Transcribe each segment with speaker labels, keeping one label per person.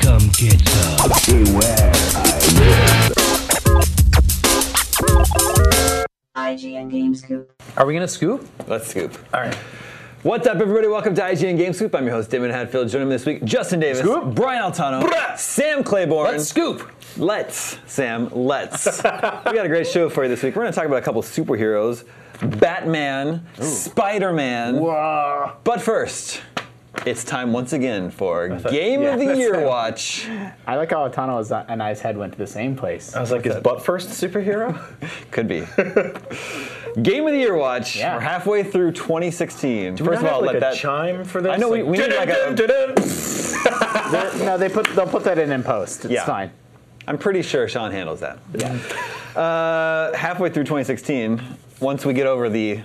Speaker 1: come get some.
Speaker 2: IGN Games Coop.
Speaker 3: Are we gonna scoop?
Speaker 4: Let's scoop.
Speaker 3: All right.
Speaker 4: What's up, everybody? Welcome to IGN Game Scoop. I'm your host, Damon Hadfield. Joining me this week, Justin Davis,
Speaker 3: Scoop.
Speaker 4: Brian Altano,
Speaker 3: Bruh.
Speaker 4: Sam Claiborne.
Speaker 3: Let's scoop.
Speaker 4: Let's, Sam, let's. we got a great show for you this week. We're going to talk about a couple superheroes Batman, Spider Man.
Speaker 5: Uh,
Speaker 3: Whoa.
Speaker 4: But first, it's time once again for Game
Speaker 6: yeah,
Speaker 4: of the
Speaker 6: that's
Speaker 4: Year
Speaker 6: it.
Speaker 4: Watch.
Speaker 6: I like how Otano's and I's head went to the same place.
Speaker 5: Uh,
Speaker 3: I was like, is butt first superhero?
Speaker 4: Could be. Game of the Year Watch.
Speaker 6: Yeah.
Speaker 4: We're halfway through 2016. First of all,
Speaker 3: like
Speaker 4: let
Speaker 3: a
Speaker 4: that.
Speaker 3: chime for this.
Speaker 4: I know we- we need like a-
Speaker 6: They're- no, they put they'll put that in in post. It's
Speaker 4: Yeah.
Speaker 6: fine.
Speaker 4: I'm pretty sure Sean handles that.
Speaker 6: Yeah.
Speaker 4: Uh, halfway through 2016, once we get over the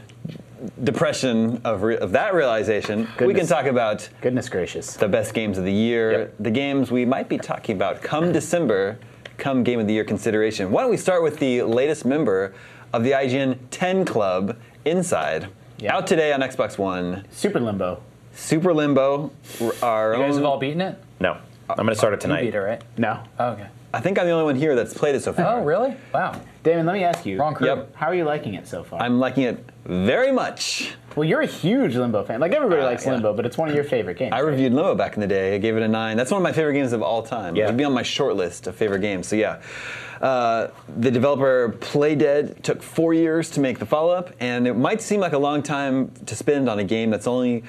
Speaker 4: depression of, re- of that realization, we can
Speaker 6: Goodness.
Speaker 4: talk about
Speaker 6: Goodness gracious.
Speaker 4: the best games of the year,
Speaker 3: Yep.
Speaker 4: the games we might be talking about come December, come Game of the Year consideration. Why don't we start with the latest member of the IGN 10 Club, Inside.
Speaker 6: Yeah.
Speaker 4: Out today on Xbox One,
Speaker 6: Super limbo.
Speaker 4: Super Limbo, r- our
Speaker 5: You guys
Speaker 4: own-
Speaker 5: have all beaten it?
Speaker 3: No, I'm gonna start it
Speaker 5: You beat
Speaker 3: tonight.
Speaker 5: it, right?
Speaker 6: No.
Speaker 5: Oh, okay.
Speaker 4: I think I'm the only one here that's played it so far.
Speaker 5: Oh, really? Wow.
Speaker 6: Damon, let me ask you.
Speaker 5: Wrong crew.
Speaker 4: Yep.
Speaker 6: How are you liking it so far?
Speaker 4: I'm liking it very much.
Speaker 6: well, you're a huge limbo fan. Like everybody
Speaker 3: Uh,
Speaker 6: likes
Speaker 4: yeah.
Speaker 6: limbo, but it's one of your favorite games.
Speaker 4: I
Speaker 6: right?
Speaker 4: reviewed Limbo back in the day. I gave it a nine. That's one of my favorite games of all time.
Speaker 3: Yeah.
Speaker 4: It'd be on my short list of favorite games. So yeah, uh, the developer Playdead took four years to make the follow-up, and it might seem like a long time to spend on a game that's only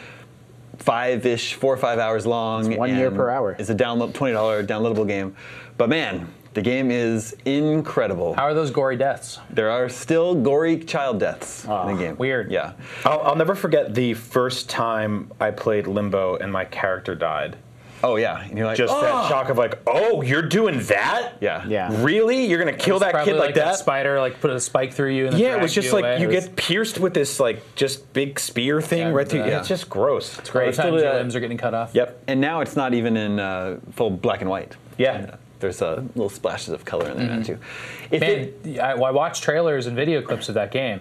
Speaker 4: five-ish, four or five hours long.
Speaker 6: It's one year
Speaker 4: and
Speaker 6: per hour.
Speaker 4: It's a download twenty-dollar downloadable game, but man. The game is incredible.
Speaker 5: How are those gory deaths?
Speaker 4: There are still gory child deaths in the game.
Speaker 5: weird.
Speaker 4: Yeah.
Speaker 3: I'll, I'll never forget the first time I played Limbo and my character died.
Speaker 4: Oh yeah. And you're like,
Speaker 3: Just that
Speaker 4: "Oh!"
Speaker 3: shock of like, oh, you're doing that?
Speaker 4: Yeah.
Speaker 6: Yeah.
Speaker 3: Really? You're gonna kill that
Speaker 5: Probably
Speaker 3: kid like, that?
Speaker 5: spider, like put a spike through you. And then
Speaker 3: yeah, it
Speaker 5: dragged
Speaker 3: was just
Speaker 5: you away.
Speaker 3: like you
Speaker 5: It was-
Speaker 3: get pierced with this like just big spear thing
Speaker 5: Yeah, I
Speaker 3: right through.
Speaker 5: remember
Speaker 3: Yeah,
Speaker 5: that.
Speaker 3: it's just gross. It's
Speaker 5: All the
Speaker 3: great.
Speaker 5: times
Speaker 4: do
Speaker 5: your
Speaker 4: that.
Speaker 5: limbs are getting cut off.
Speaker 3: Yep.
Speaker 4: And now it's not even in uh, full black and white.
Speaker 3: Yeah.
Speaker 4: There's uh, little splashes of color in there now too. If
Speaker 5: Man,
Speaker 4: it-
Speaker 5: I, I watch trailers and video clips of that game.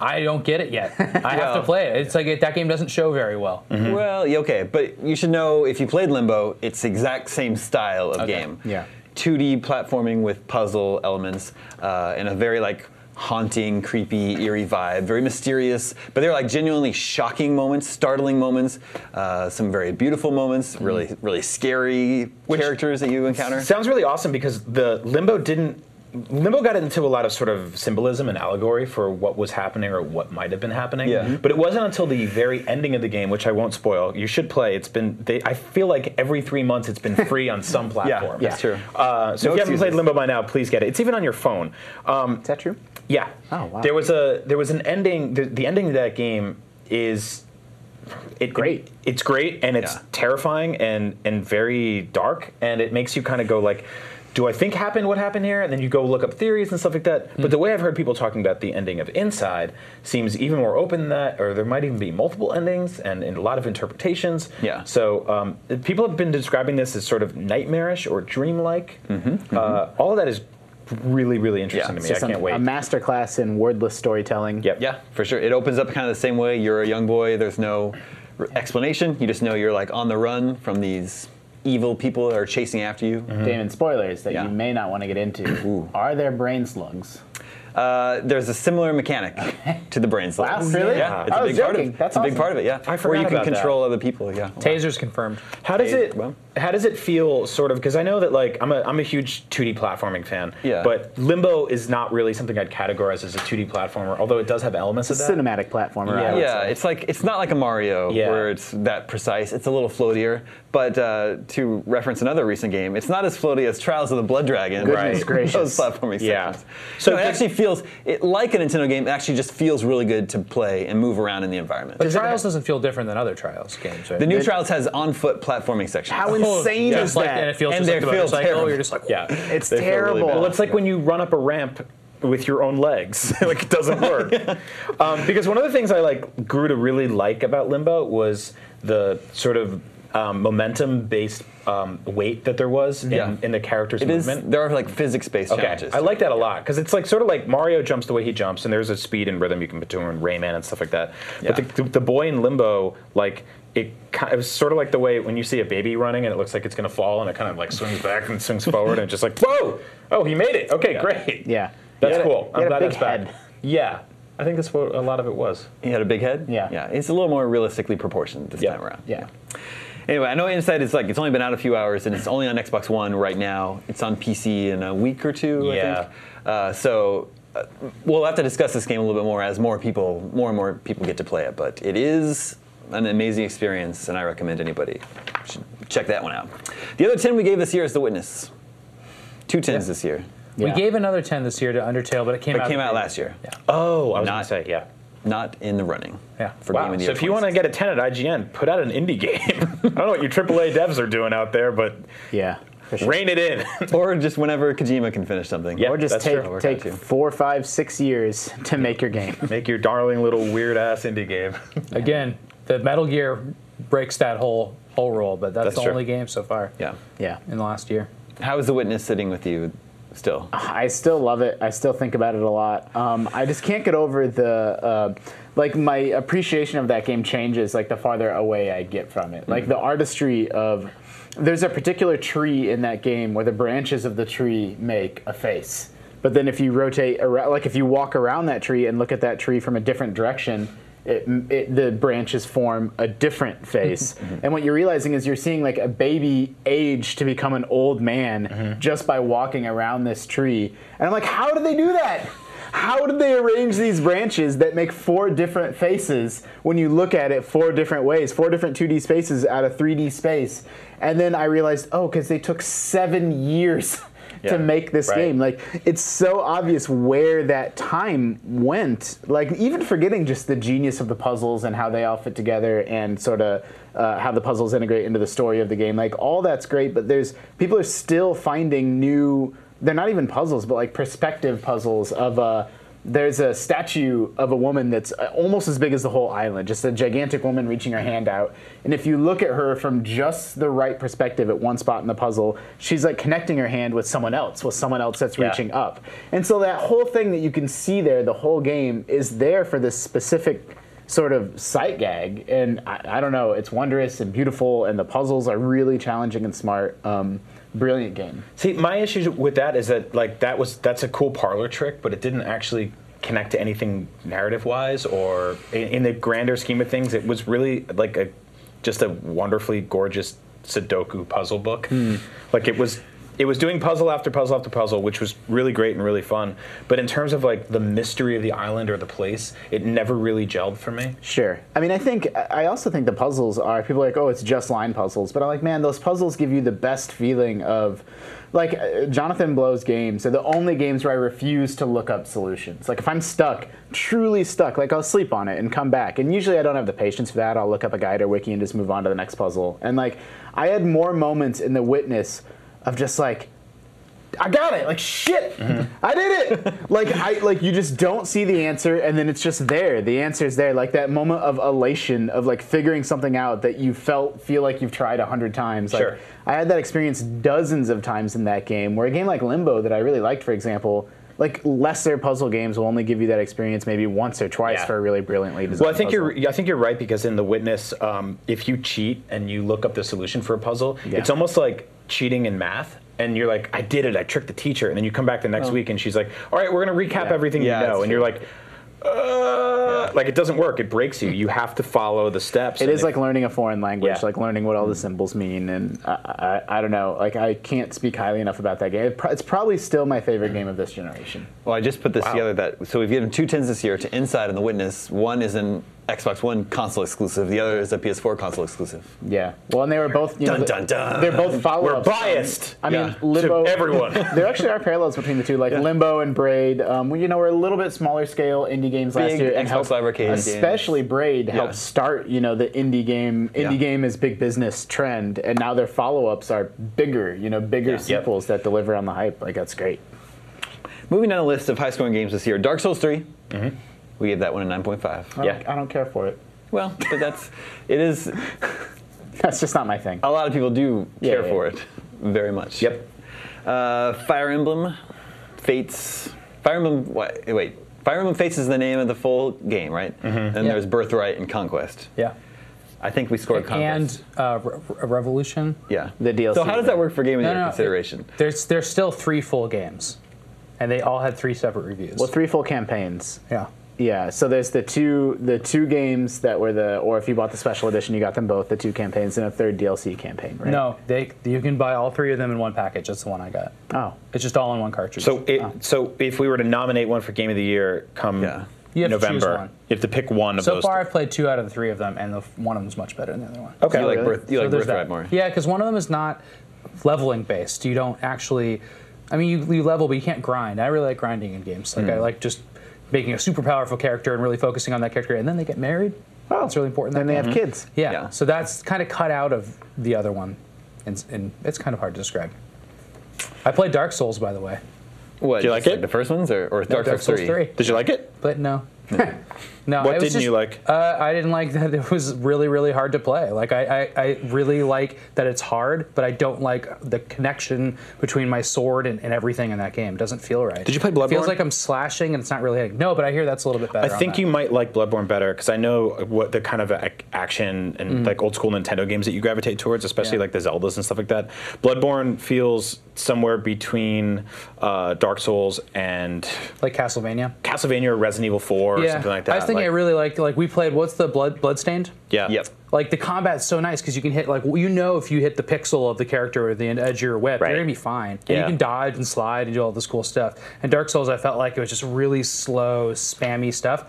Speaker 5: I don't get it yet. I have to
Speaker 4: Well-
Speaker 5: play it. It's like it, that game doesn't show very well.
Speaker 4: well, yeah, okay, but you should know if you played Limbo, it's the exact same style of
Speaker 5: Okay.
Speaker 4: game.
Speaker 6: Yeah.
Speaker 4: 2D platforming with puzzle elements uh, and a very like haunting, creepy, eerie vibe. Very mysterious, but they're like genuinely shocking moments, startling moments, uh, some very beautiful moments, really, really scary characters that you encounter.
Speaker 3: Sounds really awesome because the Limbo didn't Limbo got into a lot of sort of symbolism and allegory for what was happening or what might have been happening.
Speaker 4: Yeah. Mhm.
Speaker 3: But it wasn't until the very ending of the game, which I won't spoil. You should play. It's been. They, I feel like every three months it's been free on some platform.
Speaker 4: yeah. That's true.
Speaker 3: Uh, so
Speaker 4: No
Speaker 3: if you haven't
Speaker 4: excuses.
Speaker 3: played Limbo by now, please get it. It's even on your phone. Um,
Speaker 6: Is that true?
Speaker 3: yeah.
Speaker 6: Oh, wow.
Speaker 3: There was a there was an ending. The, the ending of that game is it,
Speaker 6: Great.
Speaker 3: it- it's great and it's
Speaker 4: Yeah.
Speaker 3: terrifying and and very dark and it makes you kind of go like. Do I think happened what happened here? And then you go look up theories and stuff like that. But the way I've heard people talking about the ending of Inside seems even more open than that, or there might even be multiple endings and, and a lot of interpretations.
Speaker 4: Yeah.
Speaker 3: So um, people have been describing this as sort of nightmarish or dreamlike. Uh, all of that is really, really interesting
Speaker 4: Yeah.
Speaker 3: to me.
Speaker 4: So
Speaker 3: I can't wait.
Speaker 6: A masterclass in wordless storytelling.
Speaker 3: Yep.
Speaker 4: Yeah, for sure. It opens up kind of the same way. You're a young boy. There's no r- explanation. You just know you're like on the run from these evil people that are chasing after you.
Speaker 6: Damon, spoilers that
Speaker 4: Yeah.
Speaker 6: you may not want to get into.
Speaker 4: Ooh.
Speaker 6: Are there brain slugs?
Speaker 4: Uh, there's a similar mechanic to the brain slug.
Speaker 6: Wow, really?
Speaker 4: Yeah, it's
Speaker 6: I
Speaker 4: a
Speaker 6: was
Speaker 4: big part of
Speaker 6: joking.
Speaker 4: it. it's
Speaker 6: That's
Speaker 4: a big
Speaker 6: awesome.
Speaker 4: part of it. Yeah,
Speaker 3: I
Speaker 4: where
Speaker 3: forgot
Speaker 4: you can
Speaker 3: about that.
Speaker 4: control other people. Yeah.
Speaker 5: Taser's confirmed.
Speaker 3: How does
Speaker 4: Hey,
Speaker 3: it?
Speaker 4: well.
Speaker 3: How does it feel? Sort of because I know that like I'm a I'm a huge 2D platforming fan.
Speaker 4: Yeah.
Speaker 3: But Limbo is not really something I'd categorize as a 2D platformer, although it does have elements of that.
Speaker 6: Cinematic platformer. I
Speaker 3: Yeah.
Speaker 6: would
Speaker 4: Yeah,
Speaker 6: say.
Speaker 4: it's like it's not like a Mario
Speaker 3: Yeah.
Speaker 4: where it's that precise. It's a little floatier. But uh, to reference another recent game, it's not as floaty as Trials of the Blood Dragon.
Speaker 6: Goodness
Speaker 4: Right.
Speaker 6: gracious.
Speaker 4: Those platforming
Speaker 3: Yeah.
Speaker 4: sections. So
Speaker 3: So
Speaker 4: it
Speaker 3: the-
Speaker 4: actually feels it like a Nintendo game. It actually just feels really good to play and move around in the environment.
Speaker 5: But Trials doesn't feel different than other Trials games, right?
Speaker 4: the new Trials has on-foot platforming sections.
Speaker 6: How insane
Speaker 5: yeah.
Speaker 6: is
Speaker 5: like,
Speaker 6: that?
Speaker 5: And it feels
Speaker 4: And
Speaker 5: just like
Speaker 4: they
Speaker 5: the
Speaker 4: feel
Speaker 5: motorcycle.
Speaker 4: terrible.
Speaker 5: You're just like,
Speaker 3: Yeah.
Speaker 6: It's
Speaker 4: They feel really
Speaker 6: terrible.
Speaker 4: bad.
Speaker 3: well, it's like when you run up a ramp with your own legs. like it doesn't work. um, because one of the things I like grew to really like about Limbo was the sort of um, momentum-based um, weight that there was in,
Speaker 4: Yeah.
Speaker 3: in the character's
Speaker 4: it is.
Speaker 3: movement.
Speaker 4: There are like physics-based challenges.
Speaker 3: I like that a lot because it's like sort of like Mario jumps the way he jumps, and there's a speed and rhythm you can put to him, and Rayman and stuff like that.
Speaker 4: Yeah.
Speaker 3: But the, the boy in Limbo, like it, ki- it was sort of like the way when you see a baby running and it looks like it's gonna fall, and it kind of like swings back and swings forward, and just like whoa, oh he made it, okay great,
Speaker 6: yeah.
Speaker 3: that's
Speaker 6: He had a-
Speaker 3: cool.
Speaker 6: he
Speaker 3: I'm
Speaker 6: had a
Speaker 3: glad
Speaker 6: big
Speaker 3: that's back.
Speaker 6: head.
Speaker 3: Yeah, I think that's what a lot of it was.
Speaker 4: He had a big head.
Speaker 6: Yeah.
Speaker 4: Yeah. It's a little more realistically proportioned this
Speaker 3: Yeah.
Speaker 4: time around.
Speaker 6: Yeah.
Speaker 4: Anyway, I know Inside is like it's only been out a few hours and it's only on Xbox One right now. It's on PC in a week or two, I
Speaker 3: Yeah.
Speaker 4: think. Uh, so uh, we'll have to discuss this game a little bit more as more people, more and more people get to play it. But it is an amazing experience, and I recommend anybody should check that one out. The other ten we gave this year is The Witness. Two tens this year.
Speaker 5: We
Speaker 6: Yeah.
Speaker 5: gave another 10 this year to Undertale, but it came
Speaker 4: It
Speaker 5: out.
Speaker 4: came out last year.
Speaker 5: Yeah.
Speaker 3: Oh, I was
Speaker 4: Not-
Speaker 3: gonna say yeah.
Speaker 4: Not in the running.
Speaker 5: Yeah.
Speaker 4: For
Speaker 3: Wow.
Speaker 4: game of the
Speaker 3: So
Speaker 4: year
Speaker 3: if you want to
Speaker 4: 26.
Speaker 3: get a 10 at IGN, put out an indie game. I don't know what your AAA devs are doing out there, but
Speaker 6: Yeah. for sure.
Speaker 3: rein it in.
Speaker 4: or just whenever Kojima can finish something.
Speaker 3: Yeah.
Speaker 6: Or just
Speaker 3: That's
Speaker 6: take
Speaker 3: true.
Speaker 6: take four, five, six years to make your game.
Speaker 3: Make your darling little weird ass indie game.
Speaker 5: Again, the Metal Gear breaks that whole whole rule, but that's,
Speaker 3: That's
Speaker 5: the
Speaker 3: true.
Speaker 5: only game so far
Speaker 4: Yeah.
Speaker 6: Yeah.
Speaker 5: in the last year.
Speaker 4: How is The Witness sitting with you still?
Speaker 6: I still love it. I still think about it a lot. Um, I just can't get over the uh, like my appreciation of that game changes like the farther away I get from it. Like the artistry of there's a particular tree in that game where the branches of the tree make a face. But then if you rotate around, like if you walk around that tree and look at that tree from a different direction, it, it, the branches form a different face. and what you're realizing is you're seeing like a baby age to become an old man just by walking around this tree. And I'm like, how did they do that? How did they arrange these branches that make four different faces when you look at it four different ways, four different 2D spaces out of 3D space? And then I realized, oh, because they took seven years
Speaker 3: Yeah,
Speaker 6: to make this
Speaker 3: right.
Speaker 6: game. Like it's so obvious where that time went. Like even forgetting just the genius of the puzzles and how they all fit together and sort of uh, how the puzzles integrate into the story of the game. Like all that's great, but there's people are still finding new. They're not even puzzles, but like perspective puzzles of Uh, there's a statue of a woman that's uh, almost as big as the whole island, just a gigantic woman reaching her hand out. And if you look at her from just the right perspective at one spot in the puzzle, she's like connecting her hand with someone else, with someone else that's
Speaker 3: Yeah.
Speaker 6: reaching up. And so that whole thing that you can see there, the whole game, is there for this specific sort of sight gag. And I, I don't know, it's wondrous and beautiful, and the puzzles are really challenging and smart. Um, brilliant game.
Speaker 3: See, my issue with that is that like that was that's a cool parlor trick, but it didn't actually connect to anything narrative-wise or in, in the grander scheme of things. It was really like a just a wonderfully gorgeous Sudoku puzzle book. Like it was. it was doing puzzle after puzzle after puzzle, which was really great and really fun. But in terms of like the mystery of the island or the place, it never really gelled for me.
Speaker 6: Sure. I mean, I think I also think the puzzles are people are like, oh, it's just line puzzles, but I'm like, man, those puzzles give you the best feeling of, like, uh, Jonathan Blow's games are the only games where I refuse to look up solutions. Like, if I'm stuck, truly stuck, like I'll sleep on it and come back, and usually I don't have the patience for that. I'll look up a guide or wiki and just move on to the next puzzle. And like, I had more moments in The Witness of just like. I got it. Like shit,
Speaker 3: Mm-hmm.
Speaker 6: I did it. like I like you just don't see the answer, and then it's just there. The answer's there. Like that moment of elation of like figuring something out that you felt feel like you've tried a hundred times. Like
Speaker 3: Sure.
Speaker 6: I had that experience dozens of times in that game. Where a game like Limbo that I really liked, for example. Like lesser puzzle games will only give you that experience maybe once or twice
Speaker 3: Yeah.
Speaker 6: for a really brilliantly designed.
Speaker 3: Well, I think
Speaker 6: puzzle.
Speaker 3: you're I think you're right because in the witness, um, if you cheat and you look up the solution for a puzzle,
Speaker 6: Yeah.
Speaker 3: it's almost like cheating in math. And you're like, I did it. I tricked the teacher. And then you come back the next week, and she's like, All right, we're gonna recap
Speaker 6: Yeah.
Speaker 3: everything
Speaker 4: Yeah,
Speaker 3: you know.
Speaker 4: that's
Speaker 3: And you're like, uh, like it doesn't work. It breaks you. You have to follow the steps.
Speaker 6: It
Speaker 3: and
Speaker 6: is like learning a foreign language,
Speaker 3: Yeah.
Speaker 6: like learning what all
Speaker 4: Mm-hmm.
Speaker 6: the symbols mean, and I, I, I don't know. Like I can't speak highly enough about that game. It pro- It's probably still my favorite game of this generation.
Speaker 4: Well, I just put this
Speaker 3: Wow.
Speaker 4: together that so we've given two tins this year to Inside and The Witness. One is an Xbox One console exclusive. The other is a PS4 console exclusive.
Speaker 6: Yeah. Well, and they were both. You know,
Speaker 4: Dun, dun, dun.
Speaker 6: They're both
Speaker 3: we're
Speaker 6: follow-ups.
Speaker 3: biased.
Speaker 6: I mean,
Speaker 4: Yeah.
Speaker 6: Limbo.
Speaker 3: to everyone.
Speaker 6: There actually are parallels between the two, like Limbo and Braid. Um, well, you know, we're a little bit smaller scale indie games last
Speaker 4: Big
Speaker 6: year,
Speaker 4: Xbox
Speaker 6: and helped,
Speaker 4: Live Arcade games.
Speaker 6: especially Braid helped start, you know, the indie game indie
Speaker 4: Yeah.
Speaker 6: game is big business trend, and now their follow-ups are bigger, you know, bigger sequels that deliver on the hype. Like that's great.
Speaker 4: Moving down the list of high scoring games this year Dark Souls 3. We gave that one a 9.5.
Speaker 6: I
Speaker 3: Mm-hmm. Yeah.
Speaker 6: don't- I don't care for it.
Speaker 4: Well, but that's, it is,
Speaker 6: That's just not my thing.
Speaker 4: a lot of people do
Speaker 6: Yeah,
Speaker 4: care
Speaker 6: yeah.
Speaker 4: for it very much.
Speaker 3: Yep.
Speaker 4: Uh, Fire Emblem, Fates. Fire Emblem, what, wait. Fire Emblem Fates is the name of the full game, right?
Speaker 6: Mm-hmm.
Speaker 4: And
Speaker 5: Yeah.
Speaker 4: there's Birthright and Conquest.
Speaker 5: Yeah.
Speaker 4: I think we scored Conquest.
Speaker 5: And uh, Re- Re- Revolution.
Speaker 4: yeah.
Speaker 6: The DLC
Speaker 4: So how does that
Speaker 6: one.
Speaker 4: work for game of the
Speaker 5: No,
Speaker 4: year
Speaker 5: no, no,
Speaker 4: consideration?
Speaker 5: There's there's still three full games, and they all had three separate reviews.
Speaker 6: Well, three full campaigns.
Speaker 5: yeah.
Speaker 6: Yeah, so there's the two the two games that were the or if you bought the special edition, you got them both, the two campaigns and a third DLC campaign, right?
Speaker 5: No, they you can buy all three of them in one package. That's the one I got.
Speaker 6: Oh.
Speaker 5: It's just all in one cartridge.
Speaker 3: So it, so if we were to nominate one for game of the year come
Speaker 4: Yeah.
Speaker 5: You have to choose
Speaker 3: November,
Speaker 5: one.
Speaker 3: you have to pick one of
Speaker 5: so
Speaker 3: those.
Speaker 5: far
Speaker 3: th-
Speaker 5: I've played two out of the three of them, and the f- one of them's much better than the other one.
Speaker 4: Okay. You like,
Speaker 6: really?
Speaker 4: birth, you
Speaker 5: So
Speaker 4: like
Speaker 5: there's
Speaker 4: Birthright
Speaker 5: that.
Speaker 4: more.
Speaker 5: Yeah, because one of them is not leveling based. You don't actually. I mean, you, you level, but you can't grind. I really like grinding in games. Like I like just making a super powerful character and really focusing on that character, and then they get married.
Speaker 6: Oh.
Speaker 5: that's really important.
Speaker 6: Then
Speaker 5: that
Speaker 6: they have kids.
Speaker 5: Yeah.
Speaker 4: Yeah.
Speaker 5: So that's kind of cut out of the other one, and, and it's kind of hard to describe. I played Dark Souls, by the way.
Speaker 4: What?
Speaker 3: Do you
Speaker 4: just
Speaker 3: like it?
Speaker 4: The first ones or, or Dark,
Speaker 5: Dark Souls 3.
Speaker 3: Did you like it?
Speaker 5: But no. no.
Speaker 3: Hmm.
Speaker 5: it
Speaker 3: What
Speaker 5: was
Speaker 3: didn't
Speaker 5: just-
Speaker 3: you like?
Speaker 5: Uh, I didn't like that it was really, really hard to play. Like, I, I, I really like that it's hard, but I don't like the connection between my sword and, and everything in that game. It doesn't feel right.
Speaker 3: Did you play
Speaker 5: It
Speaker 3: Bloodborne?
Speaker 5: feels like I'm slashing and it's not really hitting. No, but I hear that's a little bit better.
Speaker 3: I
Speaker 5: on
Speaker 3: think
Speaker 5: that.
Speaker 3: you might like Bloodborne better because I know what the kind of ac- action and like old school Nintendo games that you gravitate towards, especially
Speaker 5: Mm-hmm. Yeah.
Speaker 3: like the Zeldas and stuff like that. Bloodborne feels somewhere between uh, Dark Souls and
Speaker 5: Like Castlevania.
Speaker 3: Castlevania or Resident Evil 4 or something like that.
Speaker 5: I was thinking
Speaker 3: like,
Speaker 5: I really liked, like, we played, what's the blood Bloodstained?
Speaker 3: yeah.
Speaker 4: Yep.
Speaker 5: Like the combat's so nice because you can hit like you know if you hit the pixel of the character or the edge of your whip,
Speaker 3: Right.
Speaker 5: you're gonna be fine. And
Speaker 3: Yeah.
Speaker 5: you can dodge and slide and do all this cool stuff. And Dark Souls, I felt like it was just really slow, spammy stuff.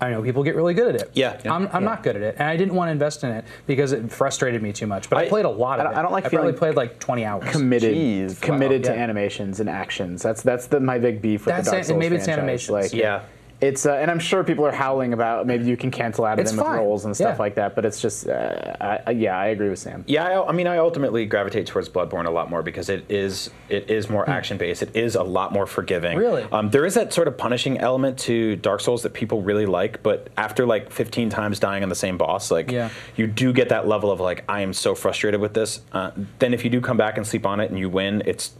Speaker 5: I know people get really good at it.
Speaker 3: Yeah.
Speaker 5: I'm, I'm not good at it, and I didn't want to invest in it because it frustrated me too much. But I,
Speaker 3: I-
Speaker 5: played a lot of
Speaker 6: I don't-
Speaker 5: it.
Speaker 6: I don't like
Speaker 5: I probably
Speaker 6: feeling
Speaker 5: played like 20 hours.
Speaker 6: Committed
Speaker 4: Jeez, wow.
Speaker 6: committed to
Speaker 5: Yeah.
Speaker 6: animations and actions. That's that's the my big beef with
Speaker 5: That's
Speaker 6: the Dark
Speaker 5: it,
Speaker 6: Souls
Speaker 5: maybe it's
Speaker 6: franchise.
Speaker 5: animations.
Speaker 6: Like,
Speaker 3: Yeah.
Speaker 6: It's uh, and I'm sure people are howling about maybe you can cancel out of
Speaker 5: It's
Speaker 6: them with
Speaker 5: fine.
Speaker 6: roles and stuff
Speaker 5: Yeah.
Speaker 6: like that, but it's just uh, I, I- yeah, I agree with Sam.
Speaker 3: Yeah, I, I mean, I ultimately gravitate towards Bloodborne a lot more because it is it is more action based. It is a lot more forgiving.
Speaker 5: Hmm. Really?
Speaker 3: um, there is that sort of punishing element to Dark Souls that people really like, but after like 15 times dying on the same boss, like
Speaker 5: Yeah.
Speaker 3: you do get that level of like I am so frustrated with this. Uh, then if you do come back and sleep on it and you win, it's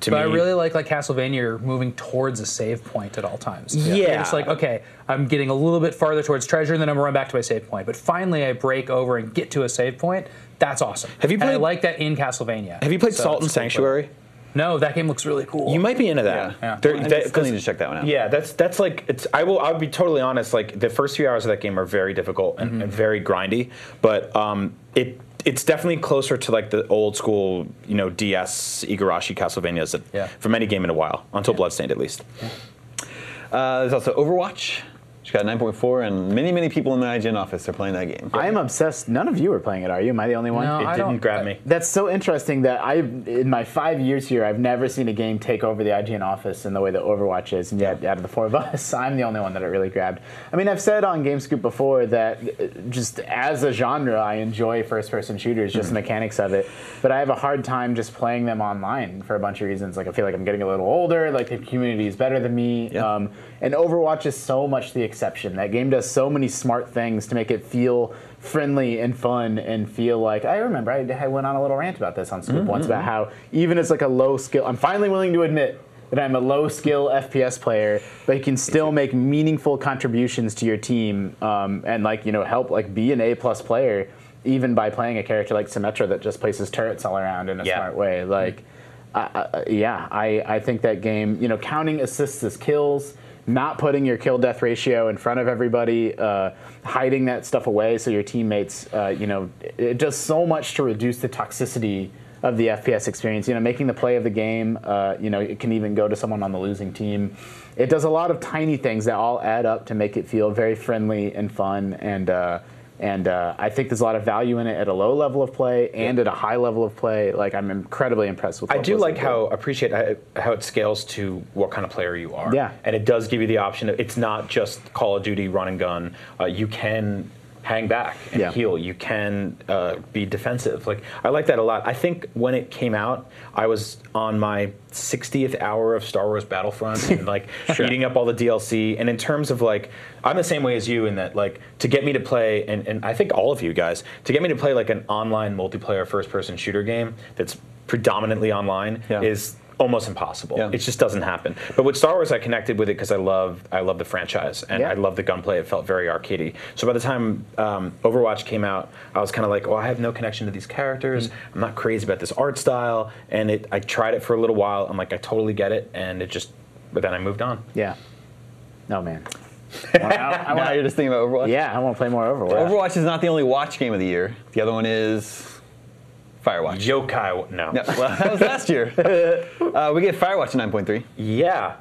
Speaker 3: to
Speaker 5: But I
Speaker 3: me
Speaker 5: really like like Castlevania you're moving towards a save point at all times.
Speaker 3: Yeah.
Speaker 5: And it's like, okay, I'm getting a little bit farther towards treasure, and then I'm gonna run back to my save point. But finally I break over and get to a save point. That's awesome.
Speaker 3: Have you
Speaker 5: And I
Speaker 3: played-
Speaker 5: like that in Castlevania.
Speaker 3: Have you played
Speaker 5: So
Speaker 3: Salt and
Speaker 5: it's cool, but-
Speaker 3: Sanctuary?
Speaker 5: No, that game looks really cool.
Speaker 3: You might be into that.
Speaker 5: Yeah.
Speaker 3: There-
Speaker 4: I
Speaker 3: that-
Speaker 4: still need to check that one out.
Speaker 3: Yeah, that's that's like it's. I will. I'll be totally Mm-hmm. honest. Like the first few hours of that game are very difficult and, and very grindy, but um, it it's definitely closer to like the old school, you know, DS Igarashi Castlevanias that,
Speaker 5: Yeah.
Speaker 3: from any game in a while, until Bloodstained at least.
Speaker 4: Uh, there's also Overwatch. Which got a 9.4, and many, many people in the IGN office are playing that game.
Speaker 6: I am obsessed. None of you are playing it, are you? Am I the only one?
Speaker 5: No,
Speaker 3: It
Speaker 5: I
Speaker 3: didn't
Speaker 5: don't-
Speaker 3: grab
Speaker 5: I-
Speaker 3: me.
Speaker 6: That's so interesting that I, in my five years here, I've never seen a game take over the IGN office in the way that Overwatch is, and yet out of the four of us, I'm the only one that it really grabbed. I mean, I've said on GameScoop before that uh, just as a genre, I enjoy first-person shooters, just the mechanics of it, but I have a hard time just playing them online for a bunch of reasons. Like I feel like I'm getting a little older, like the community is better than me,
Speaker 4: Yeah.
Speaker 6: um, and Overwatch is so much the exception. That game does so many smart things to make it feel friendly and fun and feel like I remember I, I went on a little rant about this on Scoop once about how even as like a low skill, I'm finally willing to admit that I'm a low skill FPS player, but you can still make meaningful contributions to your team um, and like you know help like be an A plus player even by playing a character like Symmetra that just places turrets all around in a
Speaker 3: Yeah.
Speaker 6: smart way like. I- I- yeah, I, I think that game, you know, counting assists as kills, not putting your kill death ratio in front of everybody, uh, hiding that stuff away so your teammates, uh, you know, it, it does so much to reduce the toxicity of the FPS experience. You know, making the play of the game, uh, you know, it can even go to someone on the losing team. It does a lot of tiny things that all add up to make it feel very friendly and fun and. Uh, and uh, I think there's a lot of value in it at a low level of play and at a high level of play. Like I'm incredibly impressed with.
Speaker 3: I
Speaker 6: what
Speaker 3: do
Speaker 6: Blizzard
Speaker 3: like
Speaker 6: did.
Speaker 3: how appreciate how- how it scales to what kind of player you are.
Speaker 6: Yeah.
Speaker 3: and it does give you the option. Of, it's not just Call of Duty run and gun. Uh, you can hang back and
Speaker 6: Yeah.
Speaker 3: heal. You can uh, be defensive. Like I like that a lot. I think when it came out, I was on my 60th hour of Star Wars Battlefront and like eating up all the DLC. And in terms of like, I'm the same way as you in that like to get me to play and, and I think all of you guys to get me to play like an online multiplayer first-person shooter game that's predominantly online
Speaker 4: Yeah.
Speaker 3: is almost impossible.
Speaker 4: Yeah.
Speaker 3: It just doesn't happen. But with Star Wars, I connected with it because I love I love the franchise and
Speaker 6: Yeah.
Speaker 3: I love the gunplay. It felt very arcadey. So by the time um, Overwatch came out, I was kind of like, oh, I have no connection to these
Speaker 6: Mm.
Speaker 3: characters. I'm not crazy about this art style. And it, I tried it for a little while. I'm like, I totally get it. And it just, but then I moved on.
Speaker 6: Yeah. No man. I wanna- I
Speaker 4: Now
Speaker 6: wanna-
Speaker 4: you're just thinking about Overwatch?
Speaker 6: yeah, I want to play more Overwatch.
Speaker 4: Overwatch is not the only watch game of the year. The other one is Firewatch.
Speaker 3: Yokai, no.
Speaker 4: No, well, that was last year. Uh, we gave Firewatch a 9.3.
Speaker 3: Yeah.